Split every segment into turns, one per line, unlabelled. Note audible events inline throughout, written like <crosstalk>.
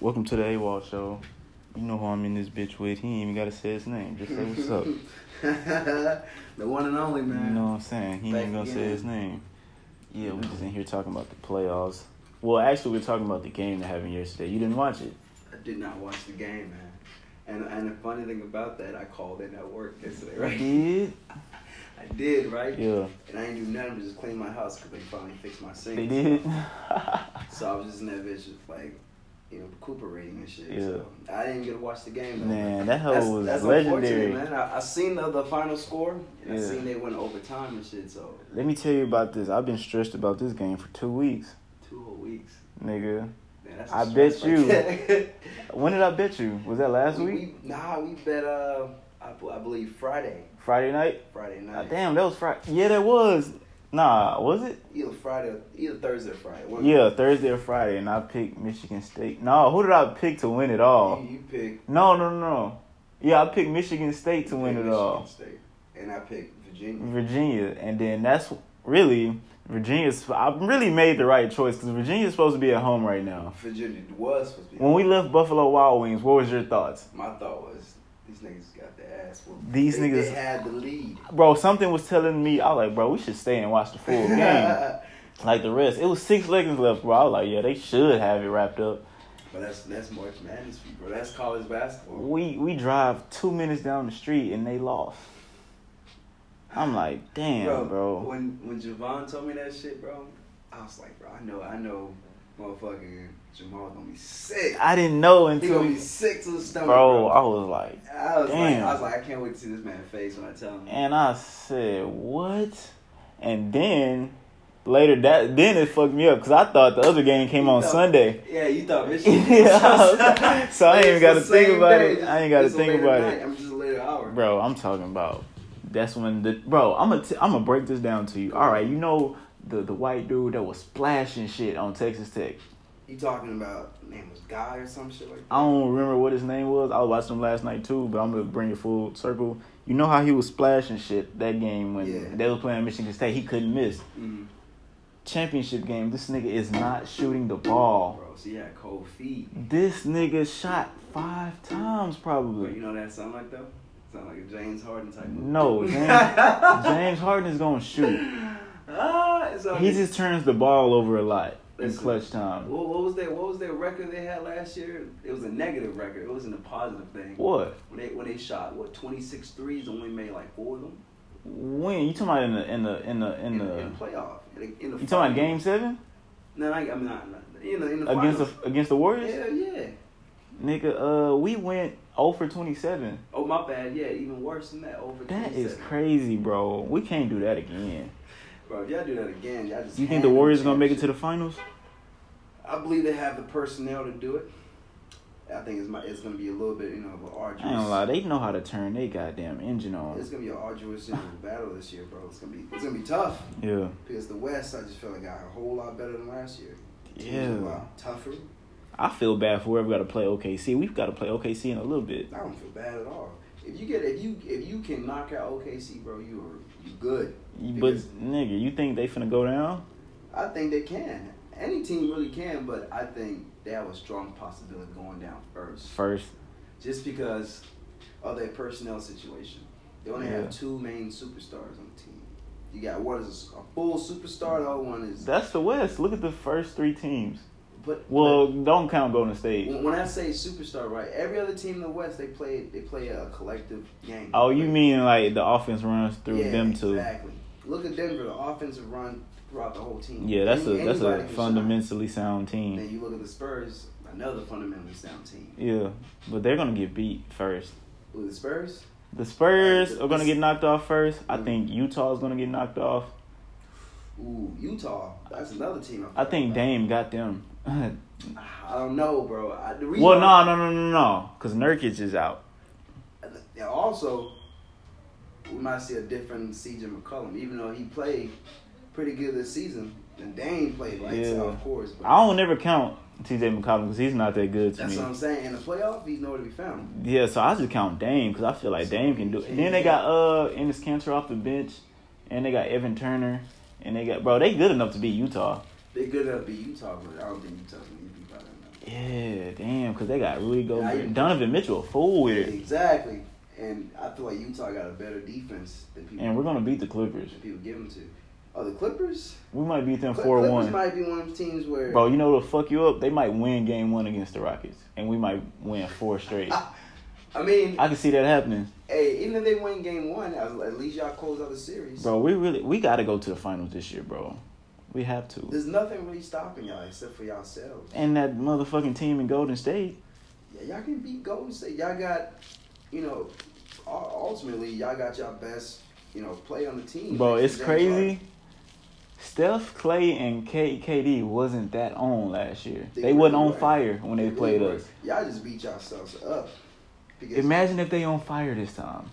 Welcome to the AWOL show. You know who I'm in this bitch with. He ain't even gotta say his name. Just say what's
<laughs>
up. you
the one and only man.
know what I'm saying? He ain't even gonna say his name. Yeah, we just in here talking about the playoffs. Well, actually, we're talking about the game that happened yesterday. You didn't watch it.
I did not watch the game, man. And and the funny thing about that, I called in at work yesterday, right?
did.
<laughs> I did, right?
Mm-hmm. Yeah,
And I didn't do nothing but just clean my house because they finally fixed my sink.
they did.
<laughs> So I was just in that bitch, just like, you know, recuperating and shit.
Yeah.
So I didn't get to watch the game. Though.
Man, that hoe
That's,
was
that's
legendary.
unfortunate, man. I, I seen the, the final score, and I
Yeah.
seen they went overtime and shit. So
Let me tell you about this. I've been stressed about this game for two weeks,
two whole weeks.
nigga.
Man, that's a
I bet
stress right there. <laughs>
When did I bet you? Was that last
We-
week?
we- nah, we bet. Uh, I, b- I believe Friday,
Friday night?
Friday
Ah,
night.
damn, that was Friday. Yeah, that was. Nah, was it?
Either Friday, or- either Thursday or Friday. One-
Yeah, Thursday or Friday, and I picked Michigan State. No, who did I pick to win it all?
You, you pick.
No, no, no, no. Yeah, I picked Michigan State to win it all.
State, and I picked Virginia.
Virginia, and then that's really Virginia's. I really made the right choice because Virginia's supposed to be at home right now.
Virginia was supposed to be.
When we left Buffalo Wild Wings, what was your thoughts,
My thought was these niggas got their ass. whooped.
These
They-
niggas-
they had the lead.
bro? Something was telling me I was like, bro, we should stay and watch the <laughs>
<laughs>
full game. like the rest. It was six seconds left, bro. I was like, yeah, they should have it wrapped up.
but that's that's March Madness, for you, bro. That's college basketball.
We we drive two minutes down the street and they lost. I'm like, damn, bro.
When when Javon told me that shit, bro, I was like, bro, I know, I know, motherfucking Jamal gonna be sick.
I didn't know
He
until
gonna be
we,
sick to the stomach,
bro. I was like,
I was like,
Damn.
I was like, I can't wait to see this man's face when I tell him.
and I said, what? And then later that then it fucked me up because I thought the other game came
You
on
thought-
Sunday.
yeah, you
<laughs>
thought this shit. <laughs>
Yeah, so I ain't even gotta
It's the
think
same
about
day,
it.
just-
I ain't gotta
it's a
think
later
about
night.
it.
I'm just a later hour.
Bro, I'm talking about. That's when the bro. I'm gonna t- I'm gonna break this down to you. All right, you know the the white dude that was splashing shit on Texas Tech.
You talking about name was Guy or some shit like that?
I don't remember what his name was. I watched him last night too, but I'm gonna bring it full circle. You know how he was splashing shit that game when
Yeah.
they were playing Michigan State. He couldn't miss.
Mm,
Championship game. This nigga is not shooting the ball.
bro, so you had cold feet.
This nigga shot five times
Bro,
probably.
you know what that sound like though? Sound like a James Harden type. Movie.
No, James,
<laughs>
James Harden is gonna shoot.
ah, it's all
He
good.
just turns the ball over a lot in
Listen.
clutch time.
What, what was that? What was that record they had last year? It was a negative record. It wasn't a positive thing.
What?
When they when they shot what 26 threes and we made like four of them.
When you talking about in the in the in the in
in,
the
in playoff. In the, in the
you talking about
finals.
game seven
No, I, I'm not. not- In the, in the
against the
finals.
against the Warriors?
Yeah, yeah.
Nigga, uh, we went 0 for 27.
Oh my bad. Yeah, even worse than that. Over.
That is
27.
crazy, bro. We can't do that again.
Bro, if y'all do that again, y'all just.
You think the
hand
Warriors
them
gonna make it to
championship.
the finals?
I believe they have the personnel to do it. I think it's my. It's gonna be a little bit, you know, of an
I
arduous.
ain't gonna lie, they know how to turn their goddamn engine on.
It's gonna be an arduous you know, battle this year, bro. It's gonna be. It's gonna be tough
Yeah,
because the West. I just feel like got a whole lot better than last year. Teams are a
yeah.
lot Tougher.
I feel bad for whoever got to play OKC. We've got to play OKC in a little bit.
I don't feel bad at all. If you get if you if you can knock out OKC, bro, you are you good.
But nigga, you think they finna go down?
I think they can. Any team really can, but I think they have a strong possibility of going down first,
First,
just because of their personnel situation. They only
Yeah.
have two main superstars on the team. You got one is a full superstar, the other one is.
that's the West. Look at the first three teams.
But
Well, don't count Golden State.
when when I say superstar, right? Every other team in the West, they play they play a collective game.
Oh, you mean like the offense runs through
Yeah,
them too?
Exactly. Look at Denver. The offensive run throughout the whole team.
Yeah, that's a
Any-
that's
anybody
a
can shine.
fundamentally sound team.
Then you look at the Spurs, another fundamentally sound team.
Yeah, but they're gonna get beat first.
With the Spurs?
The Spurs
Right,
are gonna
this-
get knocked off first. I
Mm.
think Utah's gonna get knocked off.
Ooh, Utah. That's another team.
I think
forgot
Dame got them. <laughs> well,
about. I don't know, bro. I, the reason
no, no, no, no, no, because Nurkic is out.
And also, we might see a different CJ McCollum, even though he played pretty good this season. And Dane played like
Yeah.
so, of course. But
I don't ever count T.J. McCollum because he's not that good to
that's
me.
what I'm saying. In the playoff, he's nowhere to be found.
Yeah, so I just count Dame because I feel like
So,
Dame can do it.
yeah.
Then they got uh Ennis Cantor off the bench, and they got Evan Turner, and they got bro. They good enough to beat Utah.
They're good enough to be Utah, but I don't think Utah's going to be better than them.
Yeah, damn. because they got Rudy Gobert.
Yeah, I-
Donovan Mitchell, a fool with it.
Exactly. And I feel like Utah got a better defense than people
And we're gonna beat the Clippers.
than people give them to. Oh, the Clippers?
We might beat them
Cl-
four
Clippers
one.
might be one of the teams where
Bro, you know what'll fuck you up? They might win game one against the Rockets. And we might win four
<laughs>
straight.
I mean,
I can see that happening.
hey, even if they win game one, at at least y'all close out the series.
Bro, we really we gotta go to the finals this year, bro. We have to.
There's nothing really stopping y'all except for yourselves.
And that motherfucking team in Golden State.
Yeah, y'all can beat Golden State. Y'all got, you know, u- ultimately y'all got y'all best, you know, play on the team.
Bro,
Next
it's
to James Harden.
crazy. Steph, Clay, and K- KD wasn't that on last year.
They
They wasn't
really
on
were.
fire when they
It really
played
works.
us.
Y'all just beat yourselves up. Because
Imagine if they on fire this time.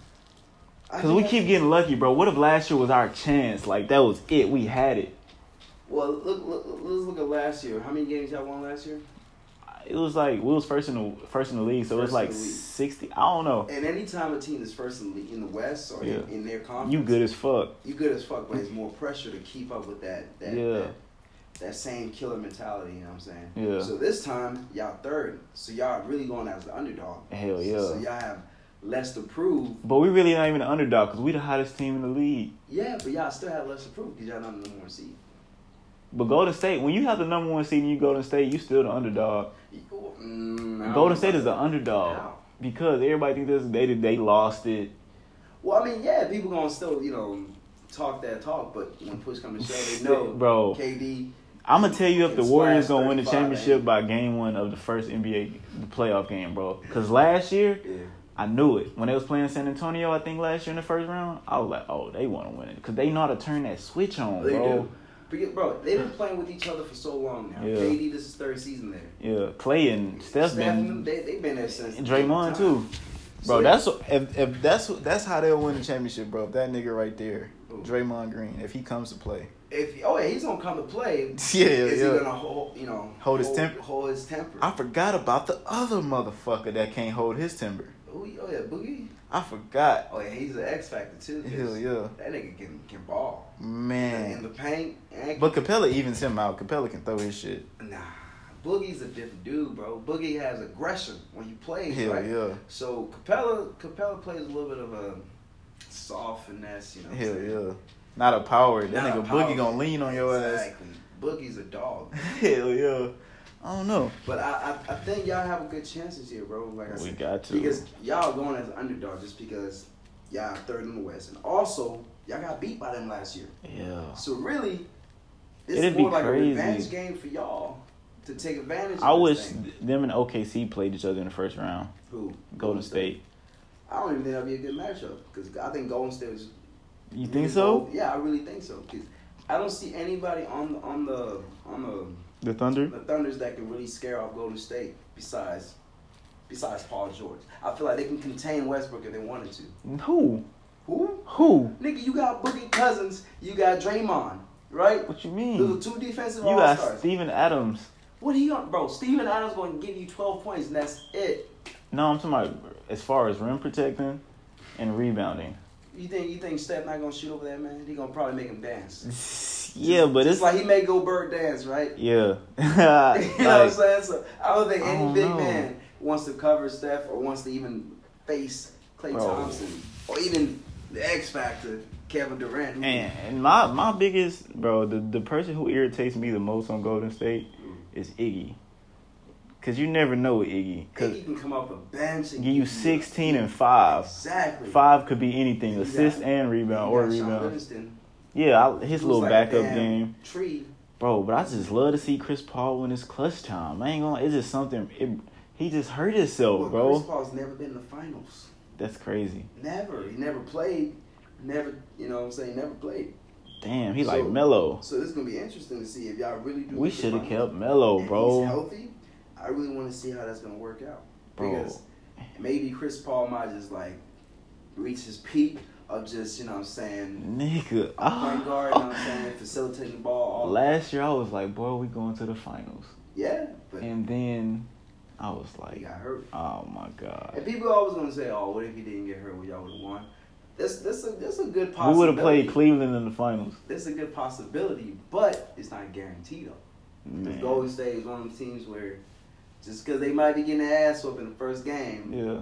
I
Cause we
think-
keep getting lucky, bro. What if last year was our chance? Like that was it. We had it.
Well, look, look, look- let's look at last year. How many games y'all won last year?
It was like we was first in the first in the league, so it was
First in
like
the league.
sixty. I don't know.
And anytime a team is first in the, in the West or
Yeah.
in, in their conference,
You good as fuck.
you good as fuck, but it's more pressure to keep up with that that
Yeah.
that, that same killer mentality. You know what I'm saying?
Yeah.
So this time y'all third, so y'all really going as the underdog.
Hell
So-
yeah.
So, y'all have less to prove.
But we really not even the underdog because we the hottest team in the league.
Yeah, but y'all still have less to prove because y'all not in the number one seed.
But Golden State, when you have the number one seed and you Golden State, you still the underdog.
Mm, I don't know
Golden State is the
about
underdog
How?
because everybody thinks this they they lost it.
Well, I mean, yeah, people gonna still you know talk that talk, but when push comes to shove, they know
bro.
KD.
I'm gonna tell you if the
It's
Warriors
last
gonna win the
35,
championship
ain't it?
by game one of the first NBA playoff game, bro. Because last year
Yeah.
I knew it when they was playing San Antonio. I think last year in the first round, I was like, oh, they want to win it because they know how to turn that switch on,
They
bro.
do. Forget, bro, they've been playing with each other for so long now.
Yeah.
KD, this is third season there.
Yeah, Clay and Steph been
they, they've been there since.
and Draymond too. Bro, that's if, if that's that's how they'll win the championship, bro. If that nigga right there,
Who?
Draymond Green, if he comes to play,
If oh yeah, he's gonna come to play.
<laughs> yeah,
is
yeah.
he gonna hold you know
Hold his temper?
Hold his temper.
I forgot about the other motherfucker that can't hold his timber.
Who- oh yeah, Boogie.
I forgot.
Oh yeah, he's an X factor too. 'cause
Hell yeah,
That nigga can can ball in the
man.
paint. And
But Capella evens him out. Capella can throw his shit.
nah, Boogie's a different dude, bro. Boogie has aggression when he plays,
Hell
right?
yeah,
So Capella Capella plays a little bit of a soft finesse, you know. what I'm
hell
saying?
yeah. Not a power. That
Not a
nigga
power.
Boogie gonna lean on your ass.
Exactly. Boogie's a dog.
<laughs> Hell yeah. I don't know.
But I, I, I think y'all have a good chance this year, bro. Like I
We
said,
got to.
because y'all going as underdog just because y'all third in the West, and also y'all got beat by them last year.
yeah.
So really, this
It'd
is
be
more like
crazy.
a revenge game for y'all to take advantage. of
I
this
wish
thing.
them and OKC played each other in the first round.
who
Golden State.
I don't even think that'd be a good matchup because I think Golden State was
You think so?
Yeah, I really think so. Cause I don't see anybody on the on the on
The Thunder?
the, the Thunder's that can really scare off Golden State besides besides Paul George. I feel like they can contain Westbrook if they wanted to.
Who?
Who?
Who?
Nigga, you got Boogie Cousins, you got Draymond, right?
What you
Those are
mean?
two defensive
Hmm. You
all
got
stars.
Steven Adams.
what he on, bro? Steven Adams going to give you twelve points and that's it.
No, I'm talking about as far as rim protecting and rebounding.
You think you think Steph not gonna shoot over that man? He gonna probably make him dance.
Yeah, but
Just
it's
like he made Gobert dance, right?
<laughs>
<laughs>
yeah.
you know what I'm
<laughs> like,
saying? So I don't think
I
any
don't
big
know.
man wants to cover Steph or wants to even face Klay
Bro.
Thompson or even the X Factor, Kevin Durant. who-
and, and my my biggest bro, the the person who irritates me the most on Golden State is Iggy. Cause you never know with Iggy. Cause
Iggy can come off the bench and
give you 16 and five.
Exactly.
Five could be anything,
You got-
assist and rebound
You
or
got Sean
rebound.
Livingston,
Yeah, I, his
who's
little
like a
backup
damn
game.
Tree.
Bro, but I just love to see Chris Paul when it's clutch time. I ain't gonna. It's just something. It, he just hurt himself,
Well, Chris
bro.
Paul's never been in the finals.
That's crazy.
Never. He never played. Never. You know what I'm saying? Never played.
Damn, he like
So-
mellow.
So this is gonna be interesting to see if y'all really do.
We
make the
should have
finals.
kept mellow,
If
Oh,
He's
bro.
healthy. I really want to see how that's gonna work out.
Bro.
Because maybe Chris Paul might just like reach his peak of just you know what I'm saying
Nigga, ah.
point guard. You know what I'm saying facilitating the ball. All
last year I was like, boy, we going to the finals,
Yeah, but
and then I was
he
like,
got hurt.
oh my
And
god,
people are always gonna say, "Oh, what if he didn't get hurt? Well, y'all would have won." That's that's a that's a good
we would
possibility.
have played Cleveland in the finals.
That's a good possibility, but it's not guaranteed though. Because
Man.
Golden State is one of the teams where Just because they might be getting their ass whooped in the first game,
Yeah.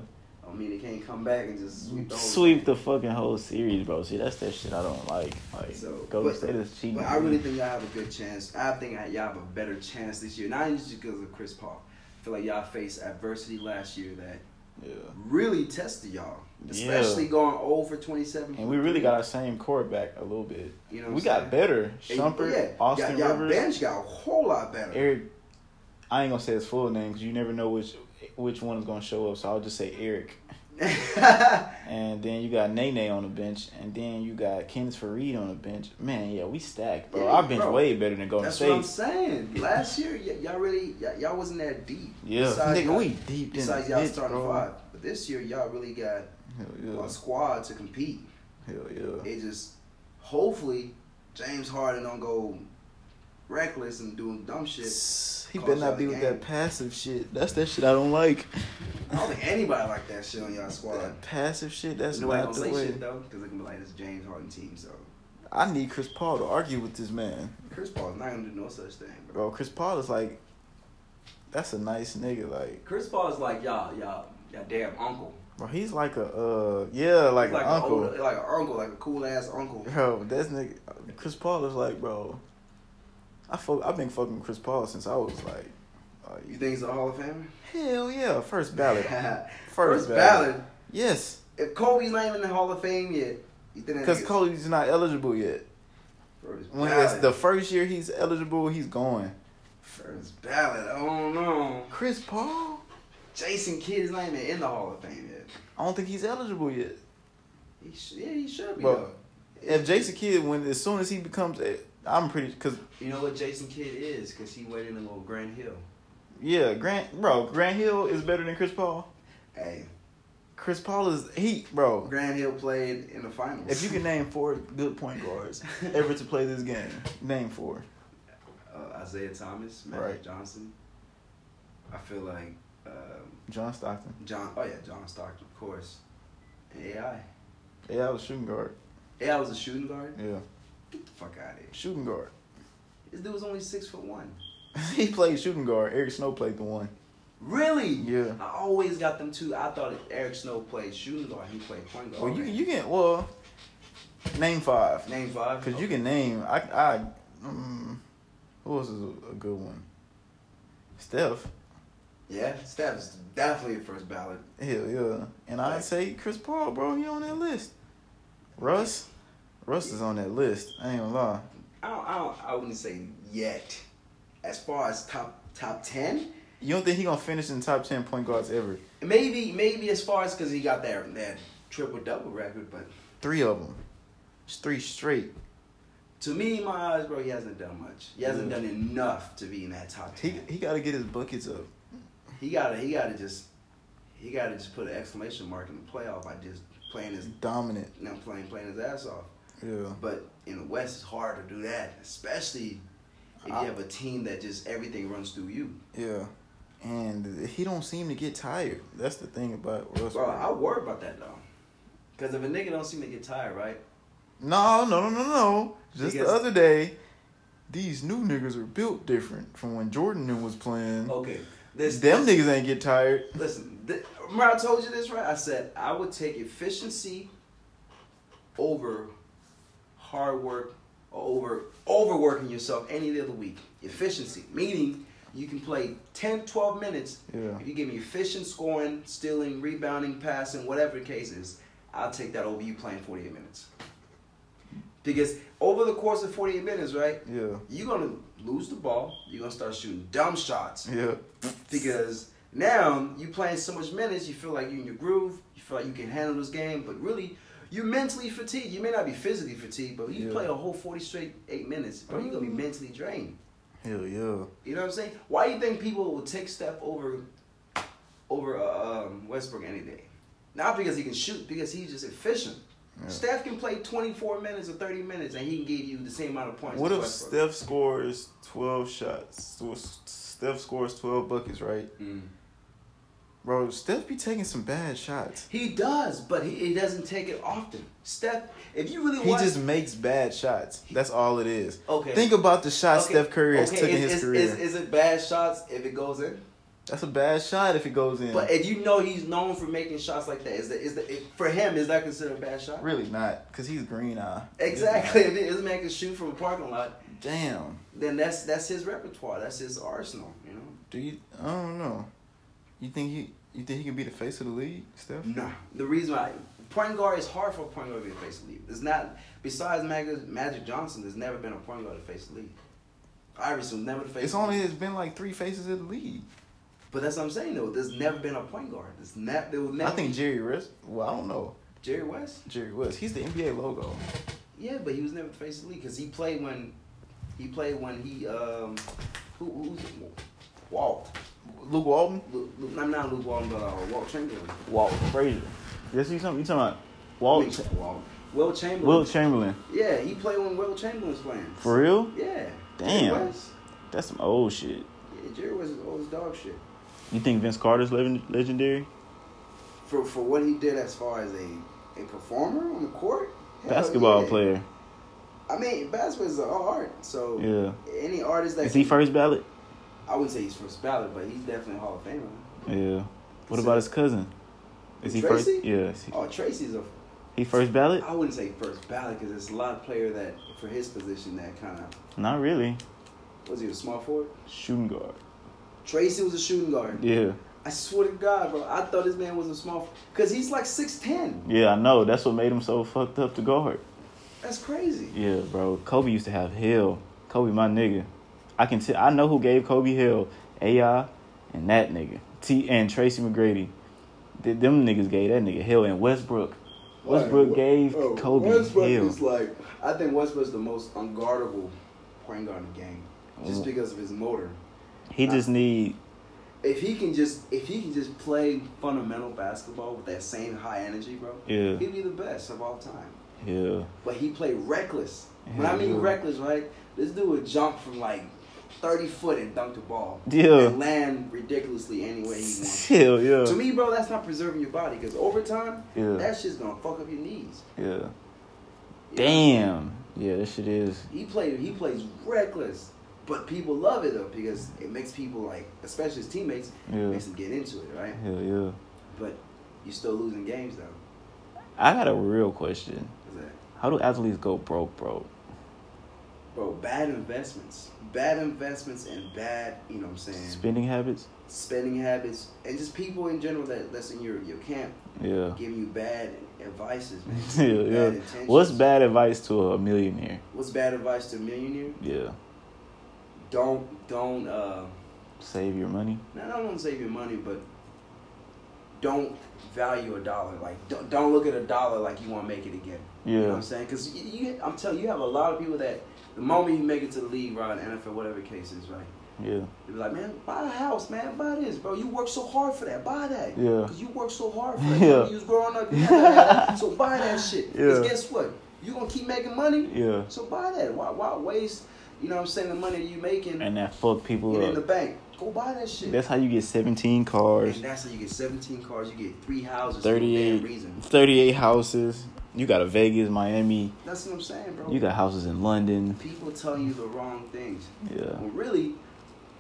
I mean, they can't come back and just sweep the whole
Sweep
thing.
the fucking whole series, bro. See, that's that shit I don't like. Like,
So,
Golden
but-
State is cheating.
But I really think y'all have a good chance. I think y'all have a better chance this year. Not just because of Chris Paul. I feel like y'all faced adversity last year that
yeah.
really tested y'all,
Yeah.
especially going 0 for 27.
And we really got our same core back a little bit.
you know, what
We
I'm
got
saying?
better.
And-
Shumpert,
yeah,
Austin
y'all, y'all
Rivers,
bench got a whole lot better.
Eric. I ain't gonna say his full name because you never know which which one is gonna show up. So I'll just say Eric.
<laughs>
And then you got Nene on the bench, and then you got Kenneth Farid on the bench. Man, yeah, we stacked, bro.
Yeah,
Our bench
bro.
way better than Golden
That's what I'm
State.
saying. Last year, y- y'all really y- y'all wasn't that deep.
Yeah,
Besides
nigga,
y'all-
we deep in the
Besides y'all
bitch,
starting
bro.
five, but this year y'all really got
Hell yeah,
a squad to compete.
hell yeah.
It just hopefully James Harden don't go reckless and doing dumb shit.
He
Calls
better not
out
be
the
with
game.
that passive shit. That's that shit I don't like.
I don't think anybody like that shit on y'all squad.
<laughs> That passive shit. That's
Nobody
not the
gonna say
way.
shit though, because they can be like this James Harden team. So
I need Chris Paul to argue with this man,
Chris Paul's not gonna do no such thing, bro.
bro. Chris Paul is like, that's a nice nigga. Like,
Chris Paul's like y'all, y'all, y'all damn uncle.
bro, he's like a uh, yeah, like,
He's
an
a
uncle.
older- like an uncle, like a cool ass uncle.
Bro, that's nigga. Chris Paul is like, bro. I fuck. I've been fucking Chris Paul since I was like,
You
like
think he's a Hall of Famer?
hell yeah, first
<laughs>
ballot, first,
First
ballot.
ballot.
Yes,
If Kobe's not even in the Hall of Fame yet, you think that
because
nigga's
Cody's not eligible yet.
first
When
ballot?
it's the first year he's eligible, he's going.
first ballot? I don't know.
Chris Paul,
Jason Kidd is not even in the Hall of Fame yet.
I don't think he's eligible yet.
He sh- yeah, he should be.
Bro,
though.
If Jason Kidd, when as soon as he becomes, a, I'm pretty because
you know what Jason Kidd is, because he went in a little Grand Hill.
yeah, Grant, bro, Grant Hill is better than Chris Paul.
Hey,
Chris Paul is he, bro.
Grand Hill played in the finals.
If you can name four good
<laughs>
point <laughs> guards ever to play this game, name four.
uh, Isaiah Thomas, Magic
Right.
Johnson. I feel like um,
John Stockton.
John. Oh yeah, John Stockton, of course. And AI.
Yeah, I was shooting guard.
AI was a shooting guard.
Yeah,
Get the fuck out of here.
shooting guard. <laughs>
This dude was only six foot one.
he played shooting guard. Eric Snow played the one.
Really?
Yeah.
I always got them two. I thought Eric Snow played shooting guard. He played point guard.
Well, you you can well name five
name five.
because you can name I I um, who else is a, a good one? Steph.
Yeah, Steph's definitely a first ballot.
Hell yeah, and I'd say Chris Paul, bro. He on that list. Russ, Russ is on that list. I ain't gonna lie.
I don't, I don't. I wouldn't say yet. As far as top top ten,
You don't think he gonna finish in top ten point guards ever?
maybe maybe as far as because he got that that triple double record, but
Three of them. It's three straight.
to me, in my eyes, bro, he hasn't done much. He hasn't
Yeah.
done enough to be in that top
He
ten.
he got to get his buckets up.
He, gotta he gotta just he gotta just put an exclamation mark in the playoff by just playing his
Dominant.
now playing playing his ass off.
Yeah.
But in the West, it's hard to do that, especially if
I-
you have a team that just everything runs through you.
Yeah, and he don't seem to get tired. That's the thing about Russ.
Bro, I worry about that though, because if a nigga don't seem to get tired, right?
No, no, no, no, no. Just
Because-
the other day, these new niggas are built different from when Jordan and was playing.
Okay, Oh, this
Them
this,
niggas ain't get tired.
Listen, th- remember I told you this, right? I said I would take efficiency over hard work or over overworking yourself any day of the week. Efficiency, meaning you can play 10, 12 minutes.
Yeah.
If you give me efficient scoring, stealing, rebounding, passing, whatever the case is, I'll take that over you playing 48 minutes. Because over the course of 48 minutes, right,
Yeah,
you're going to lose the ball. You're going to start shooting dumb shots
yeah,
because now you playing so much minutes, you feel like you in your groove, you feel like you can handle this game, but really you're mentally fatigued. You may not be physically fatigued, but you
Yeah. Mm.
play a whole forty straight eight minutes, bro, you're gonna be mentally drained.
hell yeah.
You know what I'm saying? Why do you think people will take Steph over over uh, um, Westbrook any day? Not because he can shoot, because he's just efficient.
Yeah.
Steph can play 24 minutes or 30 minutes, and he can give you the same amount of points.
What
as
if
Westbrook.
Steph scores twelve shots? What if Steph scores twelve buckets, right?
Mm.
Bro, Steph be taking some bad shots.
He does, but he, he doesn't take it often. Steph, if you really
He
watch,
just makes bad shots. That's all it is.
Okay.
Think about the shots
Okay,
Steph Curry has
okay,
taken
is,
his
is,
career.
Is, is it bad shots if it goes in?
That's a bad shot if it goes in.
But if you know he's known for making shots like that, is that is that for him is that considered a bad shot?
really not, cause he's green eye.
Exactly. If this man can shoot from a parking lot,
Damn.
then that's that's his repertoire. That's his arsenal. You know.
Do you? I don't know. You think he? You think he can be the face of the league, Steph?
No. The reason why point guard is hard for a point guard to be a face of the league. It's not besides Magic, Magic Johnson, there's never been a point guard to face the league. Iverson was never the face.
It's
of the
only
league.
it's been like three faces of the league.
But that's what I'm saying though. There's never been a point guard. There's ne- there will never
I think
be-
Jerry West. Well, I don't know
Jerry West.
Jerry West. He's the NBA logo.
Yeah, but he was never the face of the league because he played when he played when he um who who's Walt.
Luke Walton.
Lu- Lu- I'm not Luke Walton, but uh, Walt Chamberlain.
Walt Frazier. You see something? You talking about
I
Walt?
mean,
Cha-
Walt. Will Chamberlain.
Will Chamberlain.
yeah, he played when Will Chamberlain was playing.
For real?
Yeah.
Damn.
Jerry West.
That's some old shit.
Yeah, Jerry West is old as dog shit.
You think Vince Carter's legend- legendary?
For for what he did as far as a a performer on the court. Hell
Basketball
yeah.
player.
I mean, basketball is an art. So
Yeah.
any artist that
Is he
can-
first ballot?
I wouldn't say he's first ballot, but he's definitely a Hall of Famer.
Yeah. What about his cousin? Is he
Tracy?
first? Yeah. Is he,
Oh, Tracy's a.
he first ballot?
I wouldn't say first ballot because there's a lot of player that for his position that kind of
Not really.
was he a small forward.
Shooting guard.
Tracy was a shooting guard.
Yeah.
I swear to God, bro, I thought this man was a small because he's like six ten.
Yeah, I know. That's what made him so fucked up to guard.
That's crazy.
Yeah, bro. Kobe used to have hell. Kobe, my nigga. I can tell. I know who gave Kobe hell. AI and that nigga. T and Tracy McGrady. Th- them niggas gave that nigga hell. And Westbrook. Westbrook
Like,
gave
oh,
Kobe
Westbrook
hell.
is like I think Westbrook's the most unguardable point guard in the game, just
Mm.
because of his motor.
he just need.
If he can just if he can just play fundamental basketball with that same high energy, bro,
Yeah.
he'd be the best of all time.
Yeah.
But he played reckless. When I mean
Yeah.
reckless, right? This dude would jump from like thirty foot and dunk the ball.
Yeah.
And land ridiculously any way he wants.
Hell yeah.
to me, bro, that's not preserving your body because over time,
Yeah.
that shit's gonna fuck up your knees.
yeah.
You know?
Damn. Yeah, this shit is.
He played. He plays reckless, but people love it though because it makes people like, especially his teammates,
Yeah.
makes them get into it, right?
Hell yeah.
But you still losing games though.
I got a real question.
'Cause that-
How do athletes go broke, bro?
Bro, bad investments, bad investments, and bad, you know what I'm saying?
Spending habits?
spending habits and just people in general that, that's in your, your camp
Yeah.
giving you bad advices, man.
<laughs> yeah,
bad
yeah.
intentions.
What's bad advice to a millionaire?
What's bad advice to a millionaire?
Yeah.
Don't don't uh
Save your money?
not I don't want to save your money, but don't value a dollar. Like don't, don't look at a dollar like you want to make it again. You know what
Yeah.
I'm saying? Because you, you, I'm telling you, you have a lot of people that the moment you make it to the league, right, NFL, whatever case is, right.
Yeah.
They be like, man, buy a house, man, buy this, bro. You work so hard for that, buy that.
Yeah.
Cause you work so hard for that.
Yeah.
You was growing up, you never had that.
<laughs>
so buy that shit. Cause
Yeah.
guess what? You gonna keep making money,
Yeah.
so buy that. Why, why waste? You know what I'm saying? The money you making
And that fuck
get in
people
the
up.
bank, go buy that shit.
That's how you get 17 cars,
and that's how you get 17 cars. You get three houses. for no damn
38,
reason.
38 houses. You got a Vegas, Miami.
That's what I'm saying, bro.
You got houses in London.
people telling you the wrong things.
Yeah.
Well, really,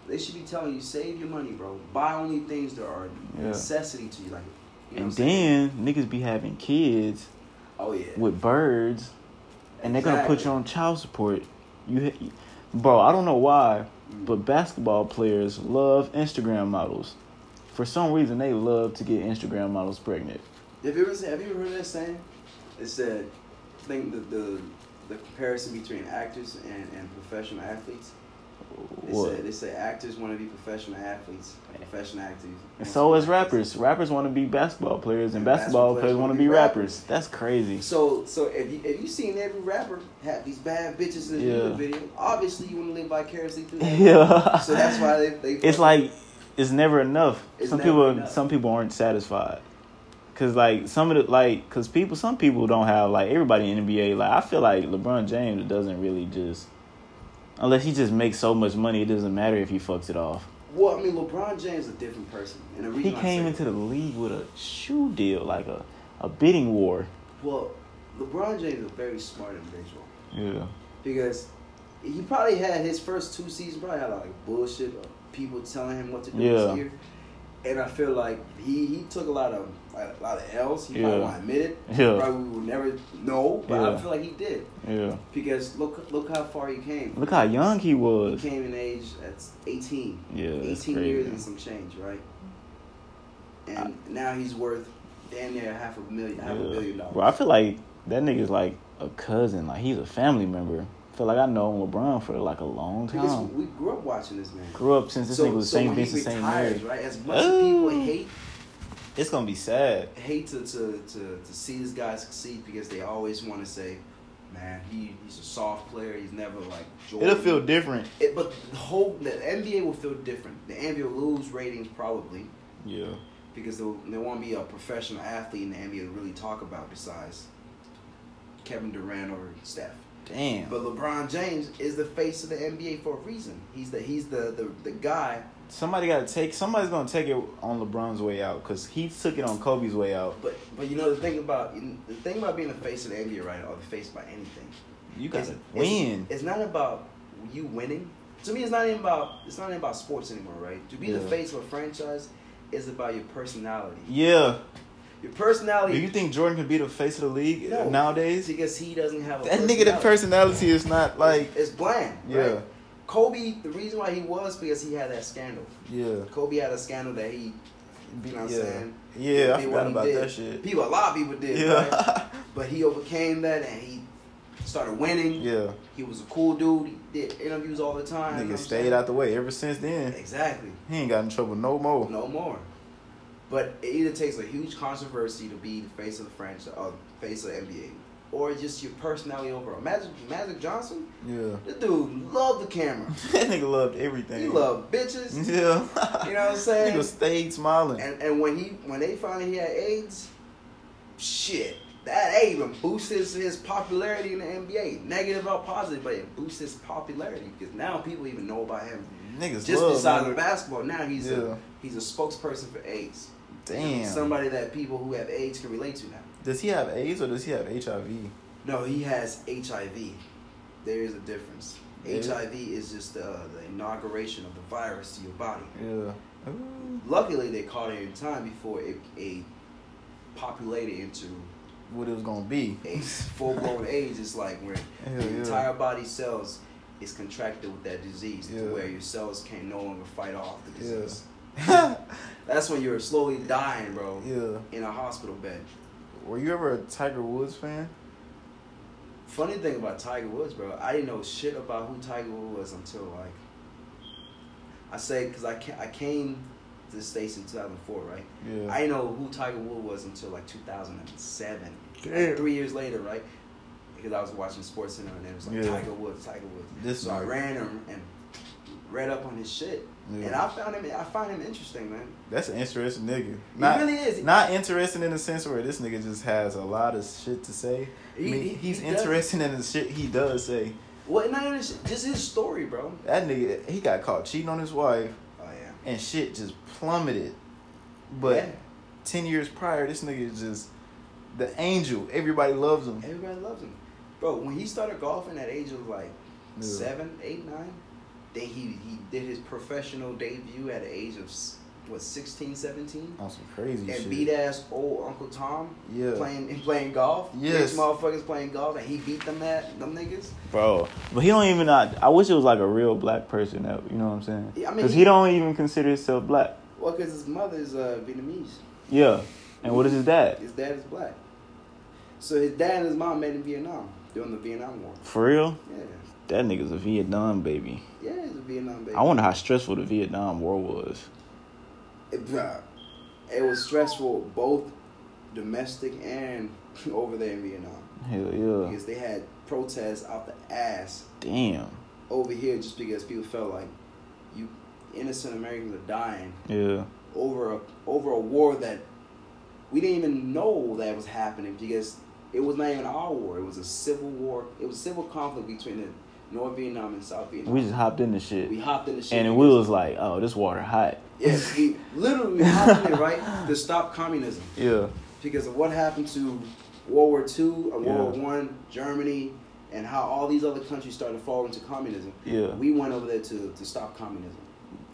they should be telling you save your money, bro. Buy only things that are
Yeah.
necessity to you, like. You know what I'm
And
saying?
then niggas be having kids
Oh yeah.
with birds, and they're gonna put you on child support. You, ha- bro, I don't know why, but basketball players love Instagram models. For some reason, they love to get Instagram models pregnant.
Have you ever seen, have you ever heard that saying? It said, I think the the, the comparison between actors and, and professional athletes. They
What?
said they say actors want to be professional athletes. and Professional actors.
And
want
so
to be
is rappers. Rappers want to be basketball players, and
And
basketball
basketball
players want to be rappers. That's crazy. <laughs>
So so if you if you seen every rapper have these bad bitches in the
Yeah.
music video, obviously you want to live
<laughs>
vicariously through that.
Yeah.
So that's why they they.
it's like it's never enough.
It's
some
never
people,
enough.
some people aren't satisfied. Cause like some of the like, cause people, some people don't have like everybody in NBA. Like I feel like LeBron James doesn't really just, unless he just makes so much money, it doesn't matter if he fucks it off.
Well, I mean, LeBron James is a different person, and the reason
He
I
came
say-
into the league with a shoe deal, like a, a bidding war.
well, LeBron James is a very smart individual.
Yeah.
because he probably had his first two seasons probably had like bullshit of people telling him what to do
Yeah.
this year. and I feel like he, he took a lot of like, a lot of L's. He
Yeah.
probably won't admit it.
Yeah.
Probably we will never know, but I
Yeah.
feel like he did
Yeah.
because look look how far he came.
Look how young he
He
was.
came in age at 18.
Yeah, that's
18 years
crazy.
and some change, right? And now he's worth damn near half a million, half a billion
Yeah.
dollars.
Bro, I feel like that nigga's like a cousin. Like he's a family member. feel like I know LeBron for like a long
because
time.
we grew up watching this man.
Grew up since this nigga was the same
when
bitch,
he
the same Oh.
retires,
marriage.
right? As much as people
Ooh.
hate
It's gonna be sad.
hate to, to, to, to see this guy succeed because they always want to say, man, he, he's a soft player. He's never like Jordan.
It'll feel different.
It, but the whole the NBA will feel different. The NBA will lose ratings probably
Yeah.
because there, there won't be a professional athlete in the NBA to really talk about besides Kevin Durant or Steph.
Damn.
But LeBron James is the face of the NBA for a reason. He's the he's the the, the guy.
Somebody gotta take. Somebody's gonna take it on LeBron's way out because he took it on Kobe's way out.
But but you know the thing about the thing about being the face of the NBA right or the face by anything
You gotta
It's-
win.
It's, it's not about you winning. To me, it's not even about it's not even about sports anymore, right? To be the
Yeah.
face of a franchise is about your personality.
yeah.
Your
Do you
personality,
think Jordan could be the face of the league
No.
nowadays?
because he doesn't have a
That nigga, the
personality.
personality is not like.
it's bland.
Yeah.
right? Kobe, the reason why he was because he had that scandal.
Yeah.
Kobe had a scandal that he, you know what I'm
Yeah.
saying?
Yeah, I
Did what
forgot
he
about
did.
that shit.
People, a lot of people did. right?
Yeah.
But he overcame that and he started
<laughs>
winning.
yeah.
He was a cool dude. He did interviews all the time. you know
Nigga
what I'm
stayed
saying?
out the way ever since then.
Exactly.
He ain't got in trouble no more.
no more. But it either takes a huge controversy to be the face of the franchise, or the face of the NBA, or just your personality overall. Magic Magic Johnson,
Yeah. <laughs>
this dude loved the camera.
that nigga loved everything.
He loved
<laughs>
bitches.
Yeah.
You
you know what
know what I'm saying?
Nigga stayed smiling.
And and when he when they found out he had AIDS, shit, that that even boosted his, his popularity in the NBA. Negative or positive, but it boosts his popularity because now people even know about him.
Niggas
Just
love.
besides
nigga.
the basketball, now he's
Yeah.
a he's a spokesperson for AIDS.
Damn.
Somebody that people who have AIDS can relate to now.
Does he have AIDS or does he have HIV?
No, he has HIV. There is a difference.
There-
HIV is just the, the inauguration of the virus to your body.
Yeah.
Luckily, they caught it in time before it, it populated into
What it was gonna be. <laughs>
AIDS. Full blown AIDS is like where
Hell
your
yeah.
entire body cells is contracted with that disease
Yeah.
to where your cells can no longer fight off the
Yeah.
disease. That's when you're slowly dying, bro,
yeah.
in a hospital bed.
Were you ever a Tiger Woods fan?
Funny thing about Tiger Woods, bro, I didn't know shit about who Tiger Woods was until like I say because I ca- I came to the states in 2004, right?
Yeah.
I didn't know who Tiger Woods was until like 2007, Like,
Damn.
three years later, right? Because I was watching Sports Center and it was like
Yeah.
Tiger Woods, Tiger Woods.
This
so I
is-
ran him and read up on his shit,
Yeah.
and I found him. I find him interesting, man.
That's an interesting nigga. Not,
really is.
Not interesting in the sense where this nigga just has a lot of shit to say. I
He-
mean,
he-
he's
he does.
interesting in the shit he does say.
Well, not even his shit, just his story, bro.
That nigga, he got caught cheating on his wife,
Oh yeah.
and shit just plummeted. But
Yeah.
ten years prior, this nigga is just the angel. Everybody loves him.
Everybody loves him. Bro, when he started golfing at age of like
Yeah.
seven, eight, nine, then he, he did his professional debut at the age of, s- what, 16, 17?
On some crazy
And
shit.
beat ass old Uncle Tom
Yeah.
playing and playing golf.
Yes.
These motherfuckers playing golf and he beat them that them niggas.
Bro, but he don't even. I, I wish it was like a real black person. That you know what I'm saying?
Yeah, I
Because
mean,
he,
he-
don't even consider himself black.
Well, cause his mother's uh, Vietnamese.
Yeah. And what is his dad?
His dad is black. So his dad and his mom met in Vietnam during the Vietnam War.
For real?
Yeah.
That nigga's a Vietnam baby.
Yeah, it's a Vietnam baby.
I wonder how stressful the Vietnam War was.
it, bruh, it was stressful both domestic and <laughs> over there in Vietnam
Hell yeah.
because they had protests out the ass
Damn.
over here just because people felt like you innocent Americans are dying
Yeah.
over a over a war that we didn't even know that was happening because it was not even our war it was a civil war it was civil conflict between the North Vietnam and South Vietnam
We just hopped into shit.
we hopped in the shit
And we
because-
was like, oh, this water hot.
yeah we literally hopped in it right to stop communism
<laughs> Yeah.
because of what happened to World War II and World
Yeah.
War One, Germany, and how all these other countries started falling to communism.
Yeah.
We went over there to, to stop communism,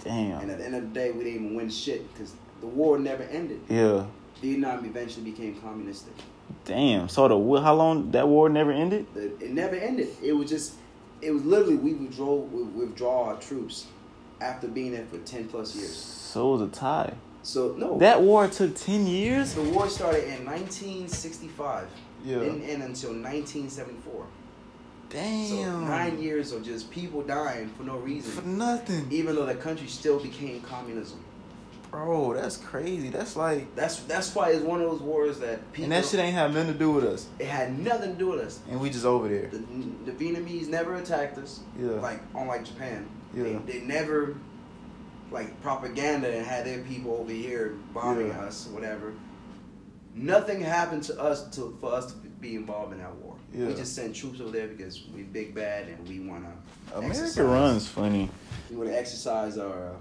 and
Damn.
at the end of the day, we didn't even win shit because the war never ended.
Yeah.
Vietnam eventually became communistic.
Damn. So the wa- how long that war never ended?
The- It never ended. It was just, it was literally we withdraw we withdraw our troops after being there for ten plus years.
So it was a tie.
So no,
That war took ten years.
the war started in 1965
Yeah.
and, and until 1974.
Damn.
So nine years of just people dying for
for
no reason,
nothing,
even though the country still became communism.
bro. That's crazy. That's like,
That's that's why it's one of those wars that people
and that shit ain't have nothing to do with us,
it had nothing to do with us.
and we just over there.
The, the Vietnamese never attacked us,
Yeah.
like unlike Japan.
Yeah.
They, they never like propaganda and had their people over here bombing
Yeah.
us, whatever. Nothing happened to us to for us to be involved in that war.
Yeah.
We just sent troops over there because we big bad and we wanna
America
exercise.
runs funny.
we wanna exercise our. Uh,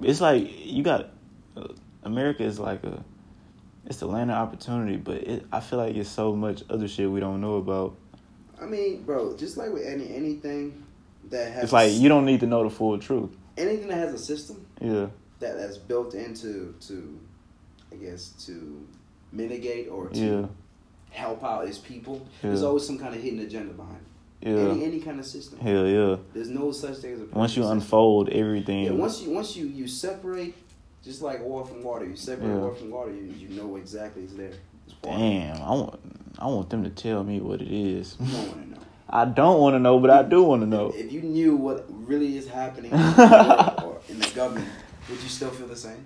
It's like you got uh, America is like a, it's the land of opportunity, but it, I feel like it's so much other shit we don't know about.
I mean, bro, just like with any anything that has
It's like you don't need to know the full truth.
anything that has a system
Yeah,
that that's built into to I guess to mitigate or to
yeah,
help out its people. There's
Yeah.
always some kind of hidden agenda behind it. any
yeah,
any kind of system.
hell yeah.
There's no such thing as a
Once you
perfect
unfold
system.
everything,
yeah, once you once you you separate just like oil from water, you separate
Yeah.
oil from water, you, you know exactly it's there. It's water.
damn, I want, I want them to tell me what it is.
You don't want to know.
<laughs> I don't want to know, but I do want to
<laughs>
know.
If you knew what really is
<laughs>
happening in the, world or in the government, would you still feel the same?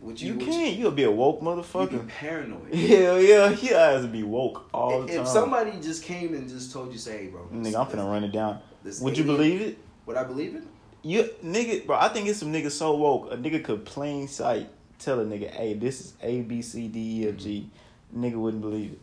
Would
You
would
can't. You'll be a woke
You'd
<laughs>
be
motherfucker.
paranoid.
Hell yeah, he has to be woke all the
if
time.
if somebody just came and just told you, say, hey, bro,
nigga, I'm finna run it down.
this
Would you
alien-
believe it?
Would I believe it?
You nigga, bro. I think it's some nigga so woke. A nigga could plain sight tell a nigga, "Hey, this is A B C D E F G." Nigga wouldn't believe it.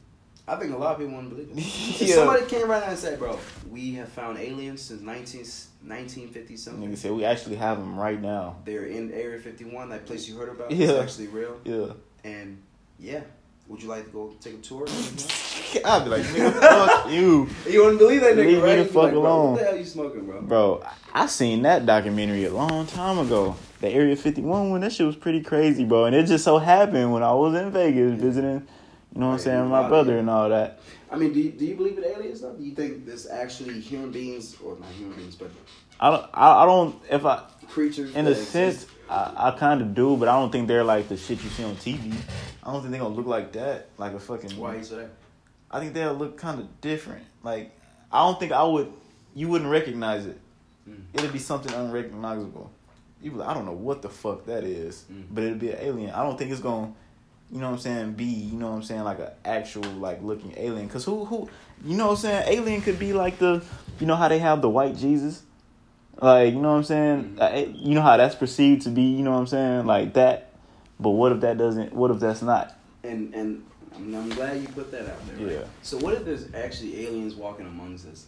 I think a lot of people wouldn't
<laughs>
believe it. If
Yeah.
somebody came right now and said, bro, we have found aliens since 19, 1950 something.
Nigga said, "We actually have them right now."
They're in Area 51, that place you heard about. It's
Yeah.
actually real.
Yeah, <laughs>
And yeah, would you like to go take a tour? <laughs>
I'd be like, "Nigga, fuck you,
you wouldn't believe that nigga,
Leave me
right?
the
You'd be
fuck
bro,
alone.
What the hell you smoking, bro?
bro." I seen that documentary a long time ago. The Area Fifty One one. That shit was pretty crazy, bro. And it just so happened when I was in Vegas visiting, you know what I'm
Right,
saying,
you
my
probably-
brother and all that.
I mean, do you, do you believe in aliens, though? Do you think there's actually human beings, or not human beings, but
I don't. I, I don't. If I,
creatures?
in
that
a
exist?
sense, I, I kind of do, but I don't think they're like the shit you see on TV. I don't think they gonna look like that, like a fucking.
Why you say that?
I think they'll look kind of different. Like, I don't think I would. You wouldn't recognize it.
Mm.
It'd be something unrecognizable. You, be like, I don't know what the fuck that is,
Mm.
but it'd be an alien. I don't think it's gonna. You know what I'm saying? Be you know what I'm saying? Like an actual like looking alien. Cause who who you know what I'm saying? Alien could be like the you know how they have the white Jesus, like you know what I'm saying?
Mhm.
Uh, it- You know how that's perceived to be. You know what I'm saying? Like that. But what if that doesn't? What if that's not?
And and I'm, I'm glad you put that out there. right?
Yeah.
So what if there's actually aliens walking amongst us,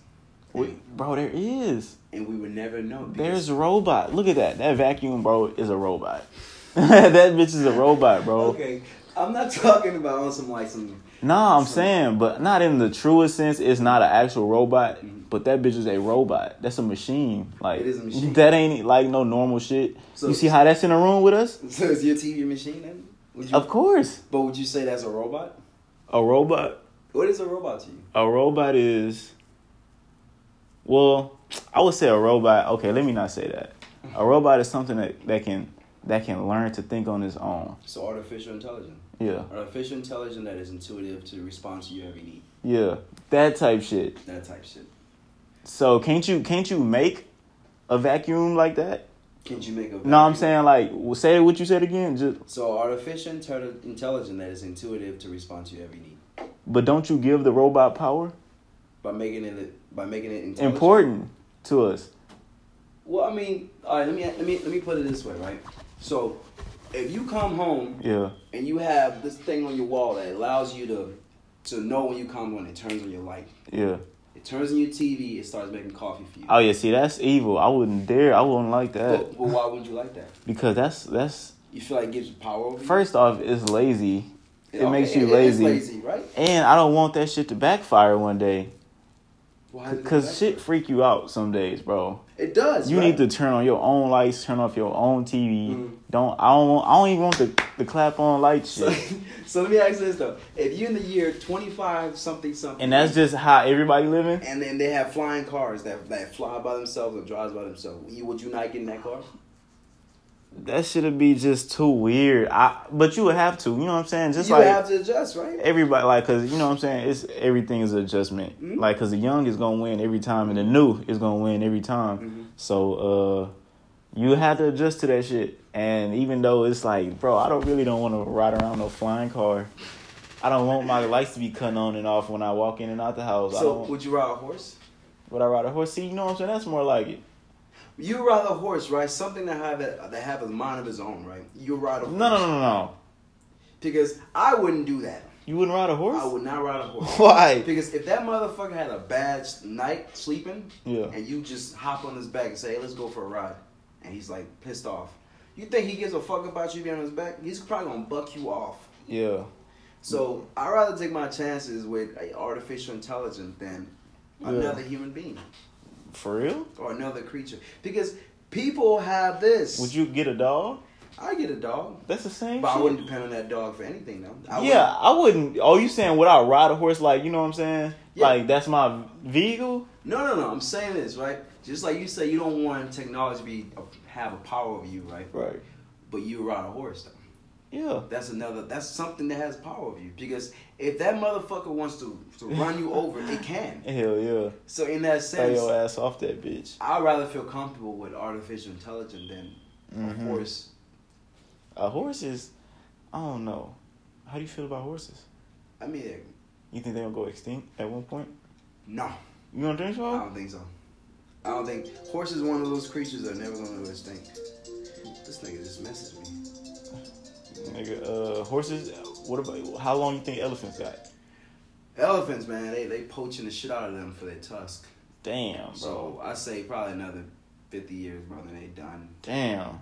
We,
and,
bro, there is.
and we would never know?
There's a robot. Look at that. That vacuum, bro, is a robot. <laughs> that bitch is a robot, bro.
Okay, I'm not talking about on some like some.
Nah, I'm
So-
saying, but not in the truest sense. It's not an actual robot,
Mhm.
but that bitch is a robot. That's a machine. Like
It is a machine.
that ain't like no normal shit.
So-
you see how that's in a room with us?
So is your TV machine then? Would you,
Of course,
but would you say that's a robot?
a robot.
What is a robot to you?
A robot is. Well, I would say a robot. Okay, let me not say that. A robot is something that, that can that can learn to think on its own.
So artificial intelligence,
Yeah,
artificial intelligence that is intuitive to respond to your every need,
yeah, that type shit.
that type shit.
So can't you can't you make a vacuum like that?
Can you make a?
No, I'm saying like say what you said again. Just
So artificial inter- intelligence that is intuitive to respond to your every need
but don't you give the robot power?
by making it by making it intelligent.
Important to us.
Well, I mean, all right. Let me let me let me put it this way, right? So, if you come home
Yeah,
and you have this thing on your wall that allows you to to know when you come home, it turns on your light,
yeah.
it turns on your TV, it starts making coffee for you.
Oh yeah. See, that's evil. I wouldn't dare. I wouldn't like that
But, but why would you like that?
because that's that's
You feel like it gives you power over you?
First off, it's lazy, it
Okay,
makes you
is
lazy.
lazy, right?
and I don't want that shit to backfire one day.
Why is it
Because
like
shit freak you out some days, bro.
that? It does.
You
right? <laughs>
need to turn on your own lights, turn off your own TV.
Mhm.
Don't I don't want, I don't even want the, the clap on light
So, <laughs>
shit.
so let me ask this though: If you in the year twenty five something something,
and that's just how everybody living.
and then they have flying cars that that fly by themselves or drives by themselves, you would you not get in that car?
That should be just too weird. I but you would have to, you know what I'm saying? Just
you
like
have to adjust, right?
everybody like cuz you know what I'm saying? It's everything is adjustment.
Mhm.
Like cuz the young is going to win every time and the new is going to win every time.
Mhm.
So uh you have to adjust to that shit. And even though it's like, bro, I don't really don't want to ride around no flying car. I don't want my lights to be cut on and off when I walk in and out the house. I
So
don't,
would you ride a horse?
would I ride a horse? See, you know what I'm saying? That's more like it.
You ride a horse, right? Something that have a, that have a mind of his own, right? You ride a
No,
horse.
no, no, no, no.
Because I wouldn't do that.
You wouldn't ride a horse?
I would not ride a
<laughs>
horse.
Why?
Because if that motherfucker had a bad night sleeping,
Yeah.
and you just hop on his back and say, "Hey, let's go for a ride," and he's like pissed off, you think he gives a fuck about you being on his back? He's probably gonna buck you off.
Yeah. Mm.
So I'd rather take my chances with a artificial intelligence than
Yeah.
another human being
For real?
or another creature because people have this.
Would you get a dog?
I get a dog,
That's the same
but I
shit.
wouldn't depend on that dog for anything though. I
yeah, I wouldn't. Oh, you saying would I ride a horse? Like, you know what I'm saying?
Yeah.
Like, that's my vehicle?
No, no, no. I'm saying this right. Just like you say, you don't want technology to be have a power over you, right?
Right.
But you ride a horse. Though.
Yeah.
That's another. That's something that has power over you because if that motherfucker wants to, to run
<laughs>
you over, it can.
Hell yeah.
So in that
Throw
sense,
your ass off that bitch.
I'd rather feel comfortable with artificial intelligence than
Mhm.
a horse.
A horse is, I don't know. How do you feel about horses?
I mean,
You think they're gonna go extinct at one point?
no,
You don't think
I
so?
don't think so. I don't think horses one of those creatures that are never going to extinct. This nigga just messaged me.
Nigga, uh, horses. What about how long you think elephants got?
Elephants, man, they they poaching the shit out of them for their tusk.
Damn, bro.
So I say probably another fifty years, bro. Then they done.
Damn,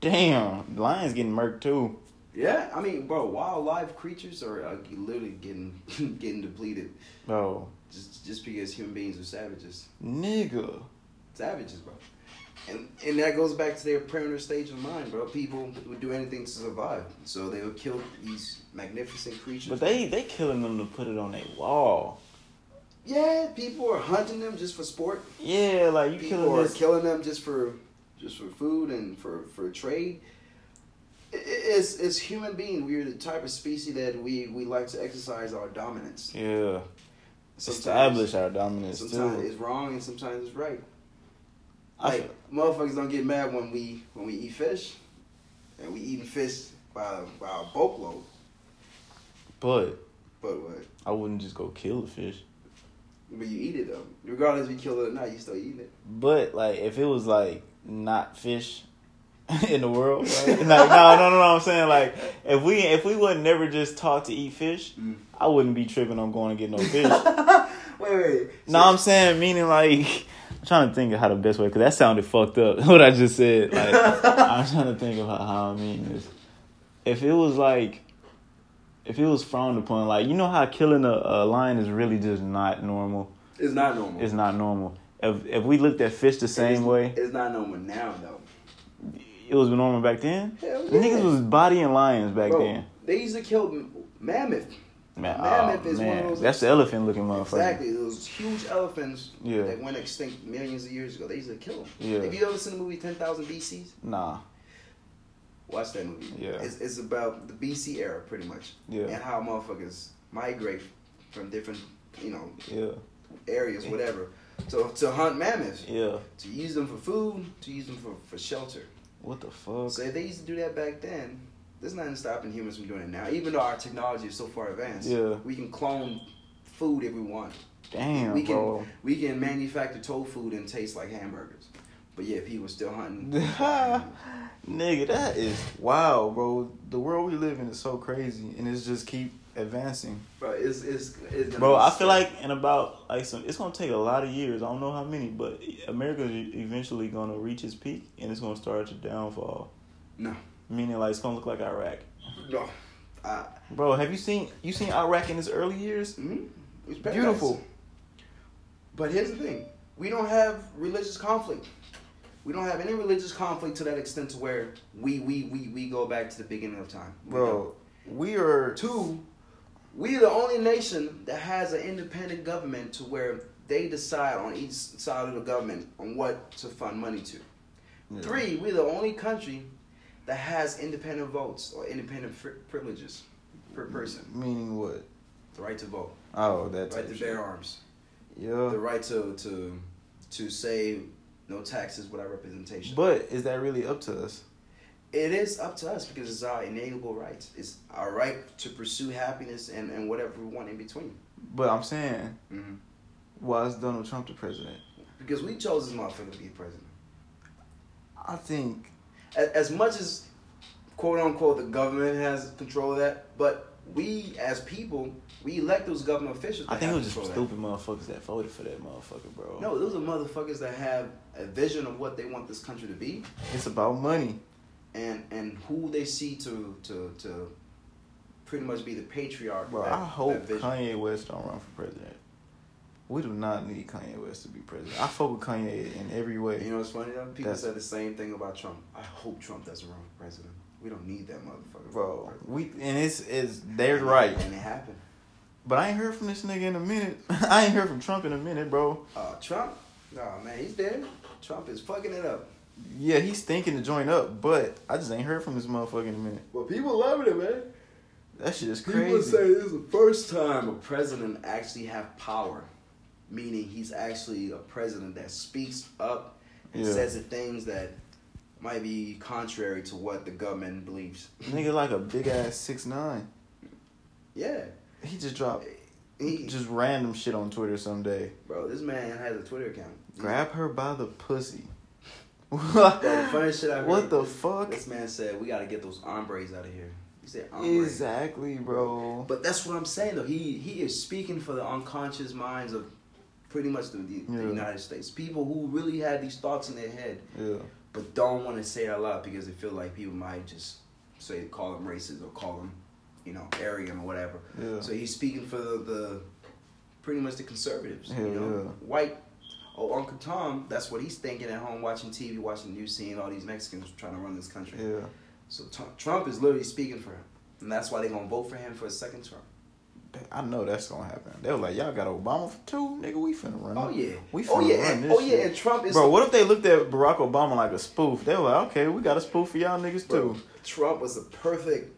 damn. Lions getting murked too.
Yeah, I mean, bro, wildlife creatures are uh, literally getting <laughs> getting depleted
Bro,
just just because human beings are savages,
nigga.
savages, bro. And and that goes back to their primitive stage of mind, bro. People would do anything to survive, so they would kill these magnificent creatures.
But they they killing them to put it on their wall.
yeah, people are hunting them just for sport.
Yeah, like you
people
killing
are
this.
killing them just for just for food and for for trade. I- I- It's it's human being. We're the type of species that we we like to exercise our dominance.
yeah,
Sometimes,
establish our dominance
sometimes
too.
it's wrong and sometimes it's right.
I
Like motherfuckers don't get mad when we when we eat fish, and we eating fish by by a boatload.
But
But what?
I wouldn't just go kill a fish.
But you eat it though, regardless if you kill it or not, you still eat it.
But like, if it was like not fish <laughs> in the world,
<laughs>
right? like no, no, no, no. I'm saying like if we if we would never just taught to eat fish,
Mm.
I wouldn't be tripping on going to get no Oh, fish.
<laughs> wait, wait.
no, I'm saying meaning like I'm trying to think of how the best way because that sounded fucked up. <laughs> What I just said, like
<laughs>
I'm trying to think of how, how I mean this. If it was like. If it was frowned upon, like you know how killing a, a lion is really just not normal.
it's not normal.
It's not normal. If if we looked at fish the same
it's,
way,
It's not normal now though.
It was normal back then.
Hell yeah.
Niggas was bodying lions back
Bro,
then.
They used to kill m- mammoth.
Man,
mammoth
oh,
is one
man.
of those-
That's the elephant looking motherfucker.
Exactly, those huge elephants
Yeah.
that went extinct millions of years ago. They used to kill them.
Yeah.
Have you ever seen the movie Ten Thousand BCs?
Nah.
Watch that movie.
Yeah.
It's, it's about the BC era, pretty much.
Yeah.
And how motherfuckers migrate from different, you know,
Yeah.
areas, whatever, to, to hunt mammoths,
Yeah.
to use them for food, to use them for, for shelter.
What the fuck?
So if they used to do that back then, there's nothing stopping humans from doing it now. Even though our technology is so far advanced,
Yeah.
we can clone food if we want.
Damn,
we can
bro.
we can manufacture tofu and taste like hamburgers. But yeah, people still hunting.
<laughs> Nigga, that is wow, bro. The world we live in is so crazy, and it's just keep advancing.
Bro, it's it's, it's gonna
Bro,
be
I
scary.
feel like in about like some, it's gonna take a lot of years. I don't know how many, but America's e-, eventually gonna reach its peak, and it's gonna start to downfall.
No.
Meaning, like it's gonna look like Iraq.
no. Uh,
Bro, have you seen you seen Iraq in its early years?
mm, it's hmm? paradise.
Beautiful.
But here's the thing we don't have religious conflict. We don't have any religious conflict to that extent to where we, we, we, we go back to the beginning of time. We
Bro, we are
don't. Two, we are the only nation that has an independent government to where they decide on each side of the government on what to fund money to.
Yeah.
Three, we're the only country that has independent votes or independent fr- privileges per
Mm-hmm.
person.
Meaning what?
The right to vote,
Oh, that type
the right to
shit.
bear arms,
Yeah.
the right to to to say no taxes without representation.
But is that really up to us?
it is up to us because it's our inalienable rights. It's our right to pursue happiness and, and whatever we want in between.
But I'm saying,
Mm-hmm.
why is Donald Trump the president?
Because we chose this motherfucker to be president.
I think
as, as much as quote unquote the government has control of that, but we as people we elect those government officials.
I
that
think it was
have
just
control of
stupid motherfuckers that voted for that motherfucker, bro.
that. No, those are motherfuckers that have a vision of what they want this country to be,
it's about money.
and and who they see to to to pretty much be the patriarch. of
Bro,
that-
I hope
that vision.
Kanye West don't run for president. We do not need Kanye West to be president. I fuck with Kanye in every
You
way.
know what's funny though? People
That's-
said the same thing about Trump. I hope Trump doesn't run for president. We don't need that motherfucker,
Bro, we and it's it's they're right.
And it happened.
But I ain't heard from this nigga in a minute. <laughs> I ain't heard from Trump in a minute, bro.
Uh, Trump? Nah, man, he's dead. Trump is fucking it up.
Yeah, he's thinking to join up, but I just ain't heard from this motherfucker in a minute.
But people loving it, man.
That shit is
People say
crazy.
this is the first time a president actually have power, meaning he's actually a president that speaks up and
Yeah.
says the things that might be contrary to what the government believes.
Nigga like a big ass six nine.
<laughs> Yeah,
He just dropped
he,
just random shit on Twitter someday.
bro, this man has a Twitter account.
Grab her by the <laughs> pussy.
Bro, the funniest shit I heard.
What the fuck?
This man said we gotta get those hombres out of here. He said hombres.
Exactly, bro.
But that's what I'm saying though. He he is speaking for the unconscious minds of pretty much the, the, the
Yeah.
United States. People who really had these thoughts in their head
Yeah.
but don't want to say it out loud because they feel like people might just say call them racist or call them, you know, Aryan or whatever.
Yeah.
So he's speaking for the, the pretty much the conservatives.
Yeah,
you know,
yeah.
white. Oh, Uncle Tom, that's what he's thinking at home, watching TV, watching the news, seeing all these Mexicans trying to run this country.
Yeah.
So t- Trump is literally speaking for him, and that's why they're gonna vote for him for a second term.
I know that's gonna happen. They were like, y'all got Obama for two, nigga. We finna run.
Oh yeah.
Uh-huh. We finna
oh yeah.
run
and-
this
oh yeah.
shit.
And Trump is.
Bro, what if they looked at Barack Obama like a spoof? They were like, okay, we got a spoof for y'all niggas
Bro,
too.
Trump was the perfect,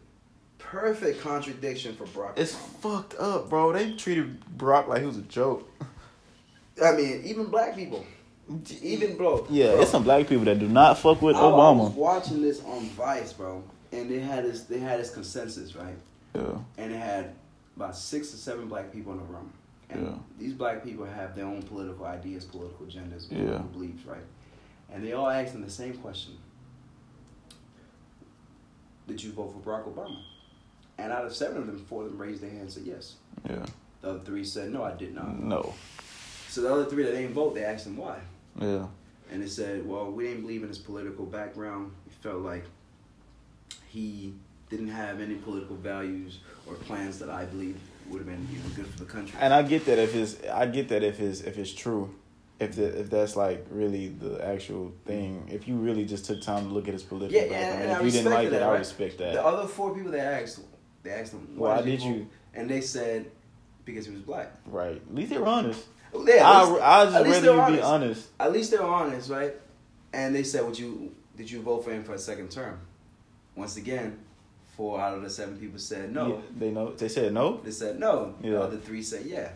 perfect contradiction for Barack
It's
Obama.
fucked up, bro. They treated Barack like he was a joke.
I mean, even black people, even bro.
yeah,
bro,
it's some black people that do not fuck with
I was
Obama.
watching this on Vice, bro, and they had this. They had this consensus, right?
Yeah,
And it had about six or seven black people in the room. And
Yeah.
these black people have their own political ideas, political agendas,
Yeah.
political beliefs, right? And they all asked them the same question: Did you vote for Barack Obama? And out of seven of them, four of them raised their hand and said yes.
yeah.
The other three said no, I did not.
No.
So the other three that didn't vote, they asked them why.
Yeah.
and it said, "Well, we didn't believe in his political background. We felt like he didn't have any political values or plans that I believe would have been you know, good for the country."
And I get that if it's I get that if it's if it's true. If the, if that's like really the actual thing, if you really just took time to look at his political
yeah, yeah,
background,
and, and
if
I
you
respect
didn't like
that.
that, I
right?
respect that.
The other four people they asked, they asked them,
Why did you?
vote?" And they said, "Because he was black."
Right. At least they're honest.
Well, yeah, at least-
I I
at
just
least
rather you
they're
be honest.
At least they were honest, right? And they said, "Would you did you vote for him for a second term?" Once again, four out of the seven people said no.
Yeah, they know. They said no.
They said no.
Yeah.
The other three said yeah.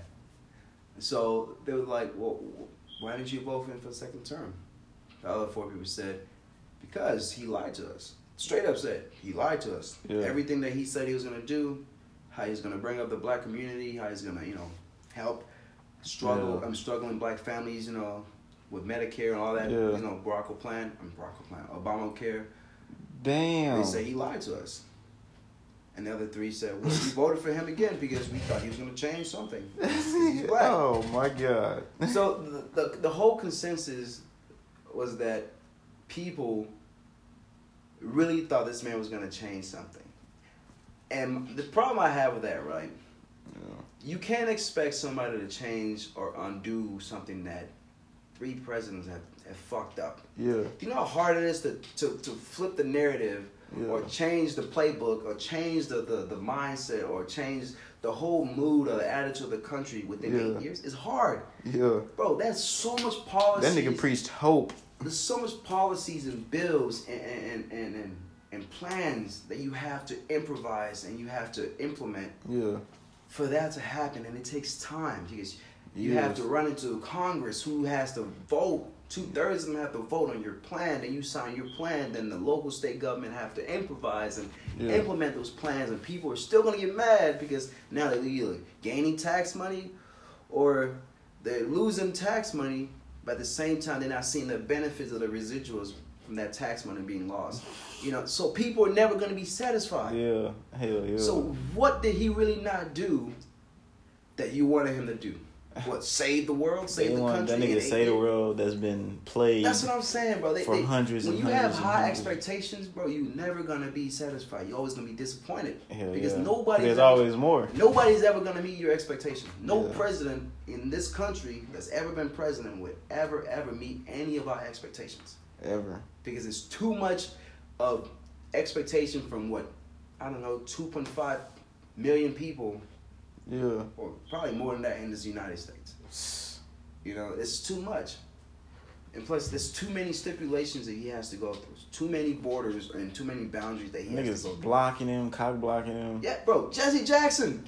So they were like, well, why didn't you vote for him for a second term? The other four people said, because he lied to us. Straight up said, he lied to us.
Yeah.
Everything that he said he was going to do, how he's going to bring up the black community, how he's going to, you know, help struggle,
Yeah.
I'm struggling black families, you know, with Medicare and all that,
Yeah.
you know, Barack plan, I'm Barack plan, Obamacare.
Damn.
They said
<laughs>
he lied to us. And the other three said, well, we voted for him again because we thought he was going to change something. He's black.
oh my god.
So the, the, the whole consensus was that people really thought this man was going to change something. And the problem I have with that, right,
Yeah.
you can't expect somebody to change or undo something that three presidents have, have fucked up.
<laughs> Yeah.
Do you know how hard it is to, to, to flip the narrative
Yeah.
or change the playbook or change the, the, the mindset or change the whole mood or the attitude of the country within
Yeah.
eight years? It's hard.
Yeah.
Bro, that's so much policy.
That nigga preached hope.
There's so much policies and bills and, and, and, and, and plans that you have to improvise and you have to implement
Yeah.
for that to happen, and it takes time because you have
Yes.
to run into Congress, who has to vote. Two thirds of them have to vote on your plan. Then you sign your plan. Then the local state government have to improvise and
Yeah.
implement those plans. And people are still gonna get mad because now they're either gaining tax money, or they're losing tax money. But at the same time, they're not seeing the benefits of the residuals from that tax money being lost. You know, so people are never gonna be satisfied.
Yeah. Hell yeah.
So what did he really not do that you wanted him to
<laughs>
do? What save the world,
they
save the
want
country?
that nigga
in eight
save the
years?
world that's been played.
That's what I'm saying, bro. They,
For
they-
hundreds
when
and
you
hundreds
have
and
high
hundreds.
expectations, bro, you're never gonna be satisfied. You're always gonna be disappointed
Hell
because
yeah.
nobody.
There's
ever-
always more.
Nobody's ever gonna meet your expectation. No
Yeah.
president in this country that's ever been president would ever ever meet any of our expectations
Ever.
because it's too much of expectation from what I don't know 2.5 million people
Yeah.
or probably more than that in this United States. You know, it's too much. And plus, there's too many stipulations that he has to go through. Too many borders and too many boundaries that he has to go
Niggas
through.
blocking him, cock blocking him. <laughs>
Yeah, bro, Jesse Jackson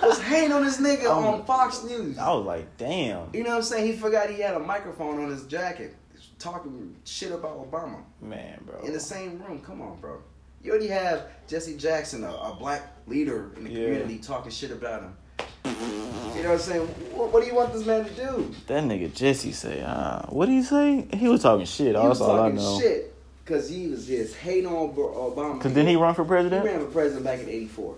was hating on this nigga
Um,
on Fox News.
I was like, damn,
You know what I'm saying? He forgot he had a microphone on his jacket. He was talking shit about Obama
man, bro.
in the same room. Come on, bro. You already have Jesse Jackson, a, a black leader in the
Yeah.
community, talking shit about him. You know what I'm saying? What, what do you want this man to do?
That nigga Jesse say, uh, what did he say? He was talking shit.
he
That's
was
all I
talking
know.
shit because he was just hating on Bo- Obama.
Cause then he run for
he
president.
ran for president back in '84.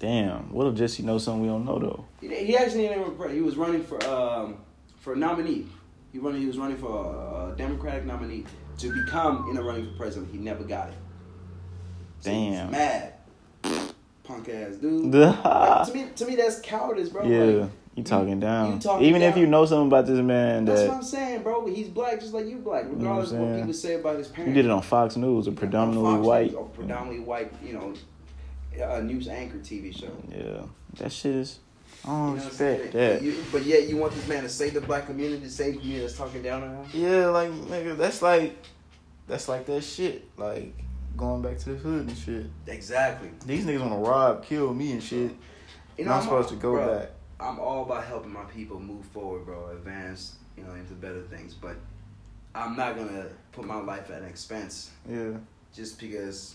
Damn, what if Jesse knows something we don't know though?
He, he actually didn't run for president. He was running for um, for nominee. He running. He was running for a, a Democratic nominee to become in a running for president. He never got it. So he was
Damn.
mad. Punk ass
<laughs>
dude. Like, to
yeah,
me, to me, that's cowardice,
<laughs>
bro. Like,
you talking down.
you talking
Even if
down.
you know something about this man
that's what
that
I'm saying, bro. He's black, just like you black,
know what I'm
regardless of what
saying?
people say about his
you
parents.
did it on Fox News, a predominantly
Fox News,
white.
or predominantly white, you know, uh, news anchor TV show.
Yeah, that shit is. I don't
You know what I'm saying?
respect
But,
that.
you, but yet you want this man to save the black community, the same community that's talking down on him.
Yeah, like nigga, that's like, that's like that shit. Like going back to the hood and shit.
Exactly.
These niggas wanna rob, kill me and shit.
You
I'm supposed to go
bro,
back.
I'm all about helping my people move forward, bro, advance, you know, into better things. But I'm not gonna put my life at an expense
Yeah,
just because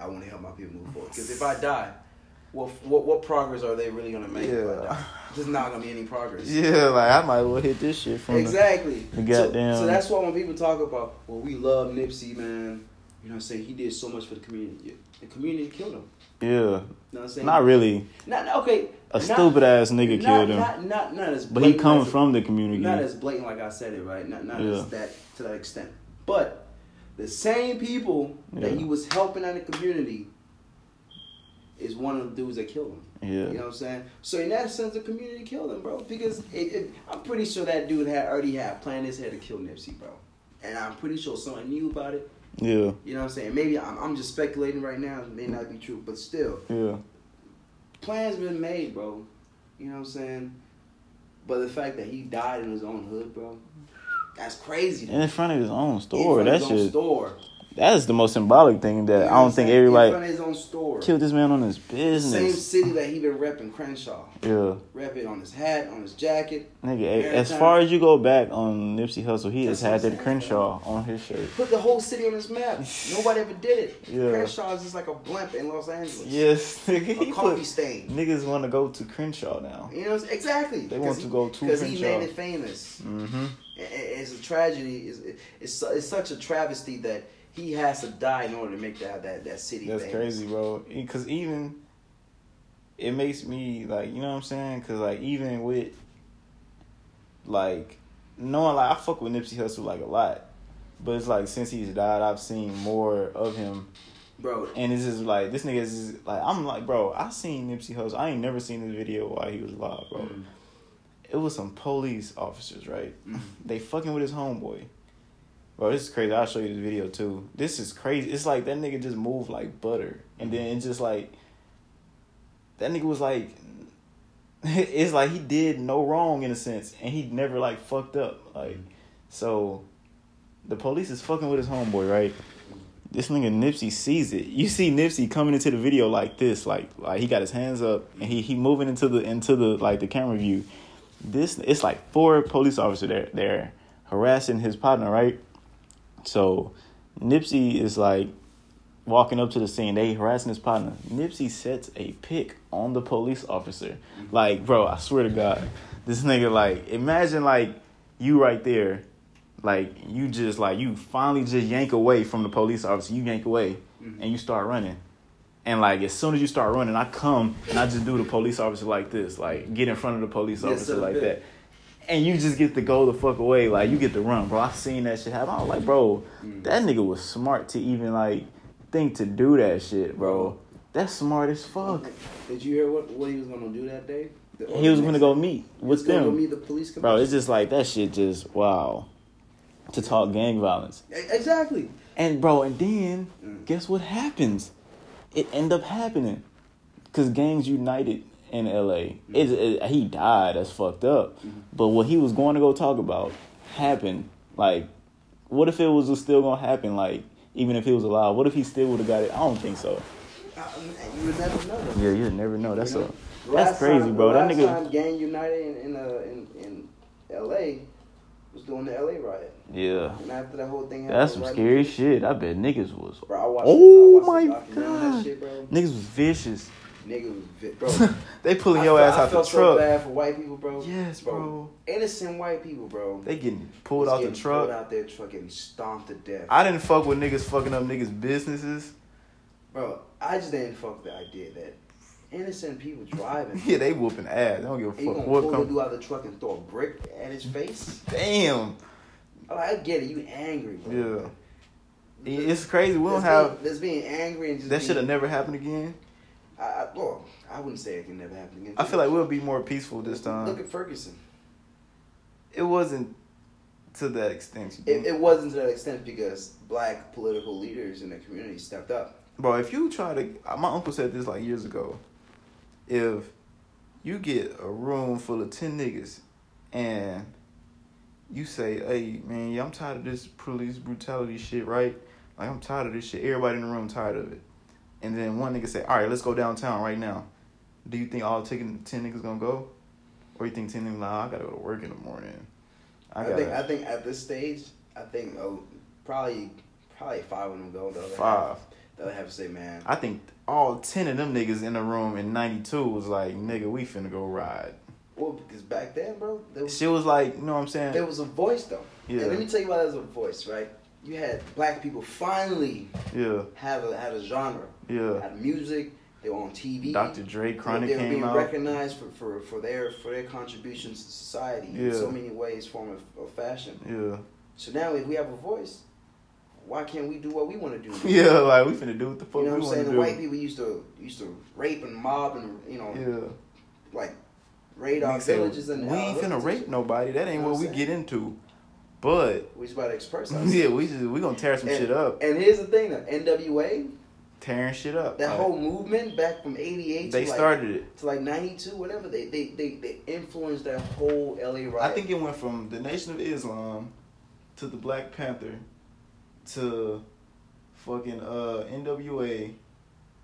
I want to help my people move forward. Because if I die, what, what what progress are they really gonna make? If I
Yeah.
die? There's not gonna be any
<laughs>
progress.
yeah. Like I might as well hit this shit from the
Exactly.
the goddamn-
So, so that's why when people talk about, well, we love Nipsey, man. You know, what I'm saying he did so much for the community. The community killed him.
Yeah,
You know what I'm saying?
not really.
Not, not- okay.
A
not-
stupid ass nigga
not-
killed him,
Not, not, not as.
but he
blatant
coming
as-
from the community.
Not as blatant like I said it, right? Not not
Yeah.
as that to that extent. But the same people that
Yeah.
he was helping out in the community is one of the dudes that killed him.
yeah,
You know what I'm saying? So in that sense, the community killed him, bro. Because it, it, I'm pretty sure that dude had already had planned his head to kill Nipsey, bro. And I'm pretty sure someone knew about it.
yeah,
You know what I'm saying? Maybe I'm, I'm just speculating right now. It may not be true, but still,
yeah,
plans been made, bro. You know what I'm saying? But the fact that he died in his own hood, bro, that's crazy.
and in front of his own store.
In front of
That
his own
shit.
Store.
That's the most symbolic thing
You know
that I
what I'm
don't think
saying? In
everybody
front of his own store.
killed this man on his
Same
business.
city that he been repping Crenshaw,
Yeah,
repping on his hat, on his jacket.
nigga. a- As
Maritime.
far as you go back on Nipsey Hussle, he has
That's what
had
I'm
that
saying.
Crenshaw on his shirt.
put the whole city on this map. Nobody ever did it.
<laughs> Yeah.
Crenshaw is just like a blimp in Los Angeles.
Yes, <laughs> nigga.
A
He
coffee
put,
stain.
niggas want to go to Crenshaw now.
You know what I'm saying? exactly.
They want to go to
because he
Crenshaw.
made it famous.
Mm-hmm.
I- I- It's a tragedy. It's, it's su- it's such a travesty that he has to die in order to make that that, that city.
That's
famous.
crazy, bro. Because even it makes me like, you know what I'm saying? Because like even with like knowing like I fuck with Nipsey Hussle like a lot, but it's like since he's died, I've seen more of him
bro.
And it's just like this nigga is just, like I'm like bro. I seen Nipsey Hussle. I ain't never seen this video while he was alive, bro.
Mhm.
It was some police officers, right?
Mhm.
They fucking with his homeboy. Bro, this is crazy. I'll show you this video too. This is crazy. It's like that nigga just moved like butter, and then it's just like that nigga was like. <laughs> It's like he did no wrong in a sense, and he never like fucked up. Like, so the police is fucking with his homeboy, right? This nigga Nipsey sees it. You see Nipsey coming into the video like this, like like he got his hands up and he he moving into the into the like the camera view. This it's like four police officers there they're harassing his partner, right? So Nipsey is like walking up to the scene. They harassing his partner. Nipsey sets a pick on the police officer. Like, bro, I swear to God, this nigga like imagine like you right there, like you just like you finally just yank away from the police officer. You yank away and you start running. And like as soon as you start running, I come and I just do the police officer like this, like get in front of the police
Yes,
officer
sir,
like
bitch.
that. And you just get to go the fuck away, like you get to run, bro. I seen that shit happen. I was like, bro,
Mm.
that nigga was smart to even like think to do that shit, bro. That's smart as fuck.
Did you hear what, what he was gonna do that day? The-
He was gonna go meet with
He's gonna go
them,
meet the police
bro.
commissioner.
It's just like that shit. Just wow, to talk gang violence.
E- Exactly.
And bro, and then
Mm.
guess what happens? It end up happening because gangs united in L.A. It's It, he died. That's fucked up. But what he was going to go talk about happened. Like, what if it was still gonna happen? Like, even if he was alive, what if he still would have got it? I don't think so.
Uh, You would never know.
Yeah, you'd never know. That's
You know,
a
Last
that's crazy,
time-
bro. That
Last
nigga.
time Gang United in in, uh, in in L.A. was doing the L.A. riot,
Yeah,
and after that whole thing happened,
that's some
right-
scary shit. I bet niggas was
Bro, I watched,
Oh
I watched
my
the documentary on
God.
That shit, bro.
niggas was vicious.
Nigga was vi- bro.
<laughs> they pulling
I
your
felt-
ass out
I
the
felt So
truck.
bad for white people, bro.
Yes, bro.
Innocent white people, bro.
They getting pulled
Was
out the
getting
truck.
Pulled out their truck and stomped to death.
I didn't fuck with niggas fucking up niggas' businesses. <laughs>
bro, I just didn't fuck the idea that innocent people driving.
<laughs> Yeah, they whooping ass. They don't give a
And you
fuck
gonna
what
pull the
come.
dude out of the truck and throw a brick at his face?
Damn.
Oh, I get it. You angry, bro.
Yeah. It- It's crazy. We don't
That's
have
being, that's being angry and just
that should have
being-
never happened again.
I, I, well, I wouldn't say it can never happen again.
I feel like we'll be more peaceful this
Look
time.
at Ferguson.
It wasn't to that extent. you
It,
think?
it wasn't to that extent because black political leaders in the community stepped up.
Bro, if you try to, uh, my uncle said this like years ago. If you get a room full of ten niggas, and you say, "Hey, man, yeah, I'm tired of this police brutality shit, right? Like, I'm tired of this shit. Everybody in the room tired of it." And then one nigga say, "All right, let's go downtown right now." Do you think all taking ten niggas gonna go, or you think ten niggas like, "Oh, I gotta go to work in the morning? I
I,
gotta
think I think at this stage, I think uh, probably probably five of them go. The other
five.
Half, the other half say, man,
I think all ten of them niggas in the room in '92 was like, "Nigga, we finna go ride."
well, because back then, bro, there was
She was like, you know what I'm saying?
there was a voice though. And let
yeah,
me tell you why there was a voice, right? You had black people finally
yeah,
have a had a genre,
yeah.
had music. They were on TV.
Dr. Dre Chronic
they were
came
being
out.
recognized for, for, for their for their contributions to society in
Yeah.
so many ways, form of, of fashion.
Yeah, <laughs>
So now, if we have a voice, why can't we do what we want to do?
<laughs> yeah. Like we finna do what the fuck
You know
we
what I'm
wanna
saying? The
do.
white people used to used to rape and mob and you know
yeah,
like raid
Nigga
our
say,
villages and
we
our
ain't finna
hoods
rape
and
nobody. That ain't
You know
what
what
we
I'm
get into. But
shit. We just about to express
<laughs>
ourselves.
yeah, we just we gonna tear some shit up,
And here's the thing: though, NWA,
tearing shit up.
that
Like,
whole movement back from '88
they
to like,
started it.
to like '92, whatever. They they, they they influenced that whole LA riot.
I think it went from the Nation of Islam to the Black Panther to fucking uh NWA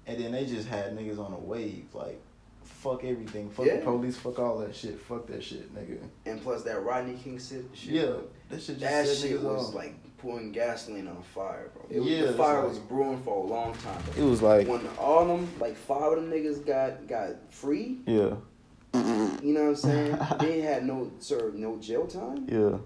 and then they just had niggas on a wave like fuck everything fuck
Yeah.
the police fuck all that shit fuck that shit nigga
and plus that Rodney King si- shit.
yeah that shit just
That
set
shit
niggas
was
off.
like pouring gasoline on a fire, bro. It was,
Yeah,
the
it's
fire
like-
was brewing for a long time.
it was like
When all them, like five of them niggas got got free,
yeah
You know what
<laughs>
I'm saying? they ain't had no served no jail time,
yeah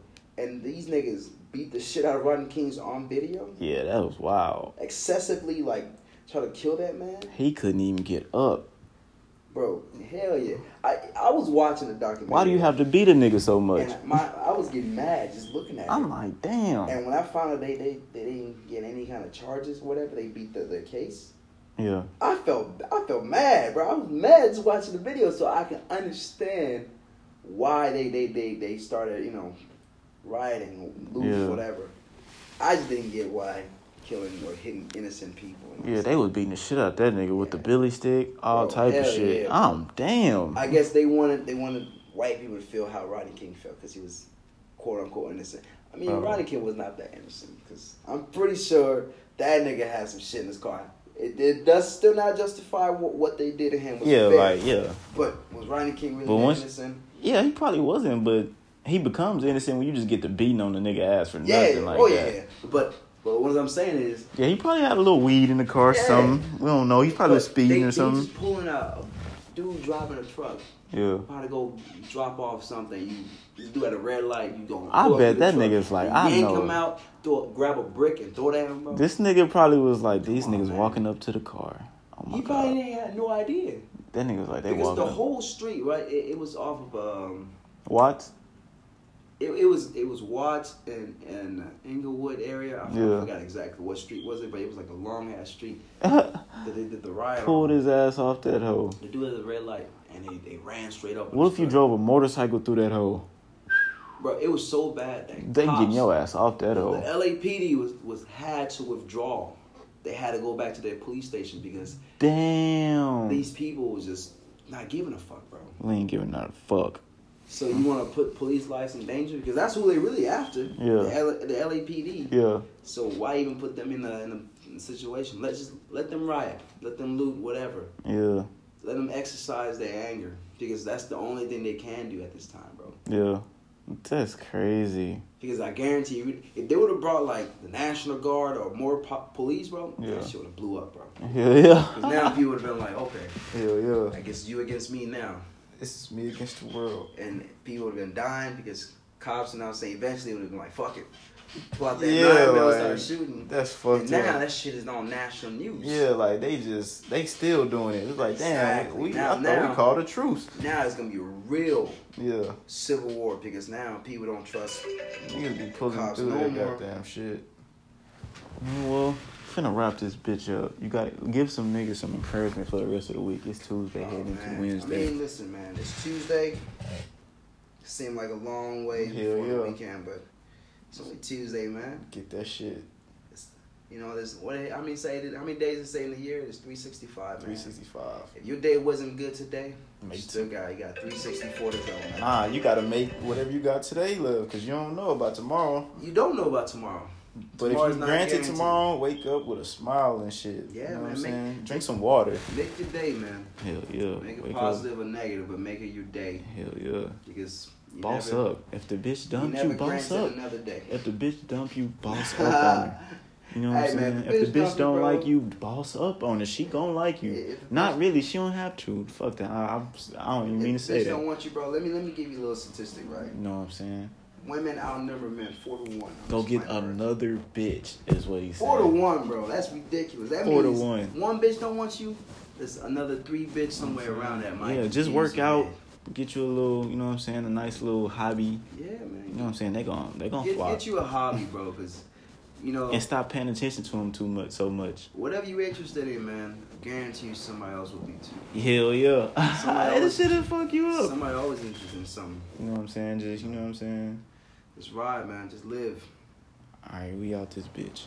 and these niggas beat the shit out of Rodney King's on video,
yeah that was wild
excessively like try to kill that man.
he couldn't even get up
Bro, hell yeah. I, I was watching the documentary.
Why do you have to beat a nigga so much?
And my, I was getting mad just looking at
I'm
it.
like, damn.
And when I found out they, they, they didn't get any kind of charges, whatever, they beat the, the case.
Yeah.
I felt I felt mad, bro. I was mad just watching the video, so I can understand why they they they, they started you know rioting, loose,
Yeah.
whatever. I just didn't get why killing or hitting innocent people. you know
Yeah,
what
they was beating the shit out that nigga with the billy stick, all
Bro,
type of
Oh, hell
shit.
yeah.
I'm damn.
I guess they wanted they wanted white people to feel how Rodney King felt because he was quote unquote innocent. I mean,
Oh.
Rodney King was not that innocent because I'm pretty sure that nigga had some shit in his car. It, it does still not justify what, what they did to him. Was
Yeah,
fair.
like yeah,
But was Rodney King really
But once-
innocent?
yeah. He probably wasn't, but he becomes innocent when you just get the beating on the nigga ass for
Yeah.
nothing like
oh
that.
yeah. But but what I'm saying is,
Yeah, he probably had a little weed in the car, or
Yeah.
something. We don't know. He's probably
but
speeding
they,
or
they
something.
Just pulling out a dude driving a truck,
Yeah.
about to go drop off something. You, you do at a red light. You go.
I
pull up
bet
to the
that
truck,
nigga's like,
you
I
yank
know.
him out, throw, grab a brick and throw that him.
This nigga probably was like, these
Come on,
niggas
man.
walking up to the car. Oh my
He
god.
probably ain't had no idea
That nigga was like, they
because
walking.
the
up.
whole street, right? It, it was off of um, <laughs>
What?
it, it was it was Watts and and uh, Inglewood area. I
Yeah.
forgot exactly what street was it, but it was like a long ass street that they did the riot.
Pulled
on.
his ass off that hole.
The dude at the red light, and they, they ran straight up. on
What
the
if you
truck.
drove a motorcycle through that hole?
Bro, it was so bad that
They
cops,
getting your ass off that
the
hole.
LAPD was was had to withdraw. They had to go back to their police station because
Damn.
these people was just not giving a fuck, bro.
We ain't giving not a fuck.
So you want to put police lives in danger because that's who they really after.
Yeah.
The, L- the LAPD.
Yeah.
So why even put them in a in a, in a situation? Let's just let them riot, let them loot, whatever.
Yeah.
Let them exercise their anger because that's the only thing they can do at this time, bro.
Yeah. That's crazy.
Because I guarantee you, if they would have brought like the National Guard or more po- police, bro,
Yeah.
that shit would have blew up, bro.
Yeah, yeah.
Because now people would have been like, okay,
Hell <laughs> yeah.
I guess you against me now,
This is me against the world.
and people would have been dying because cops and I was saying eventually would have been like, fuck it, pull out that
Yeah,
nine mil,
like,
start shooting.
That's
And
fucked
now
up.
that shit is on national news.
Yeah, like they just they still doing it. It's like damn,
Exactly.
we
Now-
I thought
now-
we called a truce.
Now it's gonna be a real
Yeah,
civil war because now people don't trust.
niggas be pulling
Cops
through
no
that
more.
goddamn shit. Mm, Well, finna wrap this bitch up. You got to give some niggas some encouragement for the rest of the week. It's Tuesday,
Oh,
heading
man.
into Wednesday.
I mean, listen, man, it's Tuesday. Seemed like a long way
Hell
before the
yeah.
weekend, but it's only Tuesday, man.
Get that shit.
You know, there's what how many say how many days it say in the year? It's 365, man.
365.
If your day wasn't good today, you
Make
still got you got 364 to go. man.
Nah, you gotta make whatever you got today, love, cause you don't know about tomorrow.
You don't know about tomorrow.
But if
Tomorrow's
you
not
granted
guaranteed.
tomorrow, wake up with a smile and shit.
Yeah,
you know
man,
what I'm
make-
saying? Drink some water.
Make your day, man.
Hell yeah.
Make it
Wake
positive or negative, but make it your day
up. Hell yeah.
because you
Boss
never,
up. If the bitch
You
dump you,
never
boss
granted
up.
another day.
If
<laughs>
the bitch dump you, boss up on her. You know what
Hey,
I'm
man,
saying?
if the
if the
bitch
bitch
dump you,
don't
bro-
like you, boss up on her. She gonna like you.
Yeah, if the
Not
bitch-
really. She don't have to. Fuck that. I, I'm- I, don't even mean to
If
say
bitch
that.
don't want you, bro. Let me let me give you a little statistic, right?
You know what I'm saying?
Women outnumber men four to one.
Go get
another.
another bitch is what he said.
Four to one, bro. That's ridiculous. That
Four to
means
one.
One bitch don't want you. There's another three bitch somewhere around that. Mike.
Yeah, just
Jeez,
work out.
man.
Get you a little, you know what I'm saying, a nice little hobby. You
Yeah,
know what
man.
I'm saying? They gon' they gon'
Get,
fly.
get you a hobby, bro, because you know
and stop paying attention to them too much, so much.
whatever you're interested in, man. I guarantee you somebody else will be too.
Hell yeah.
Somebody
<laughs> this
always-
shit'll fuck you up.
Somebody always interested in something.
you know what I'm saying? Just you know what I'm saying?
Just ride, man. Just live.
Alright, we out this bitch.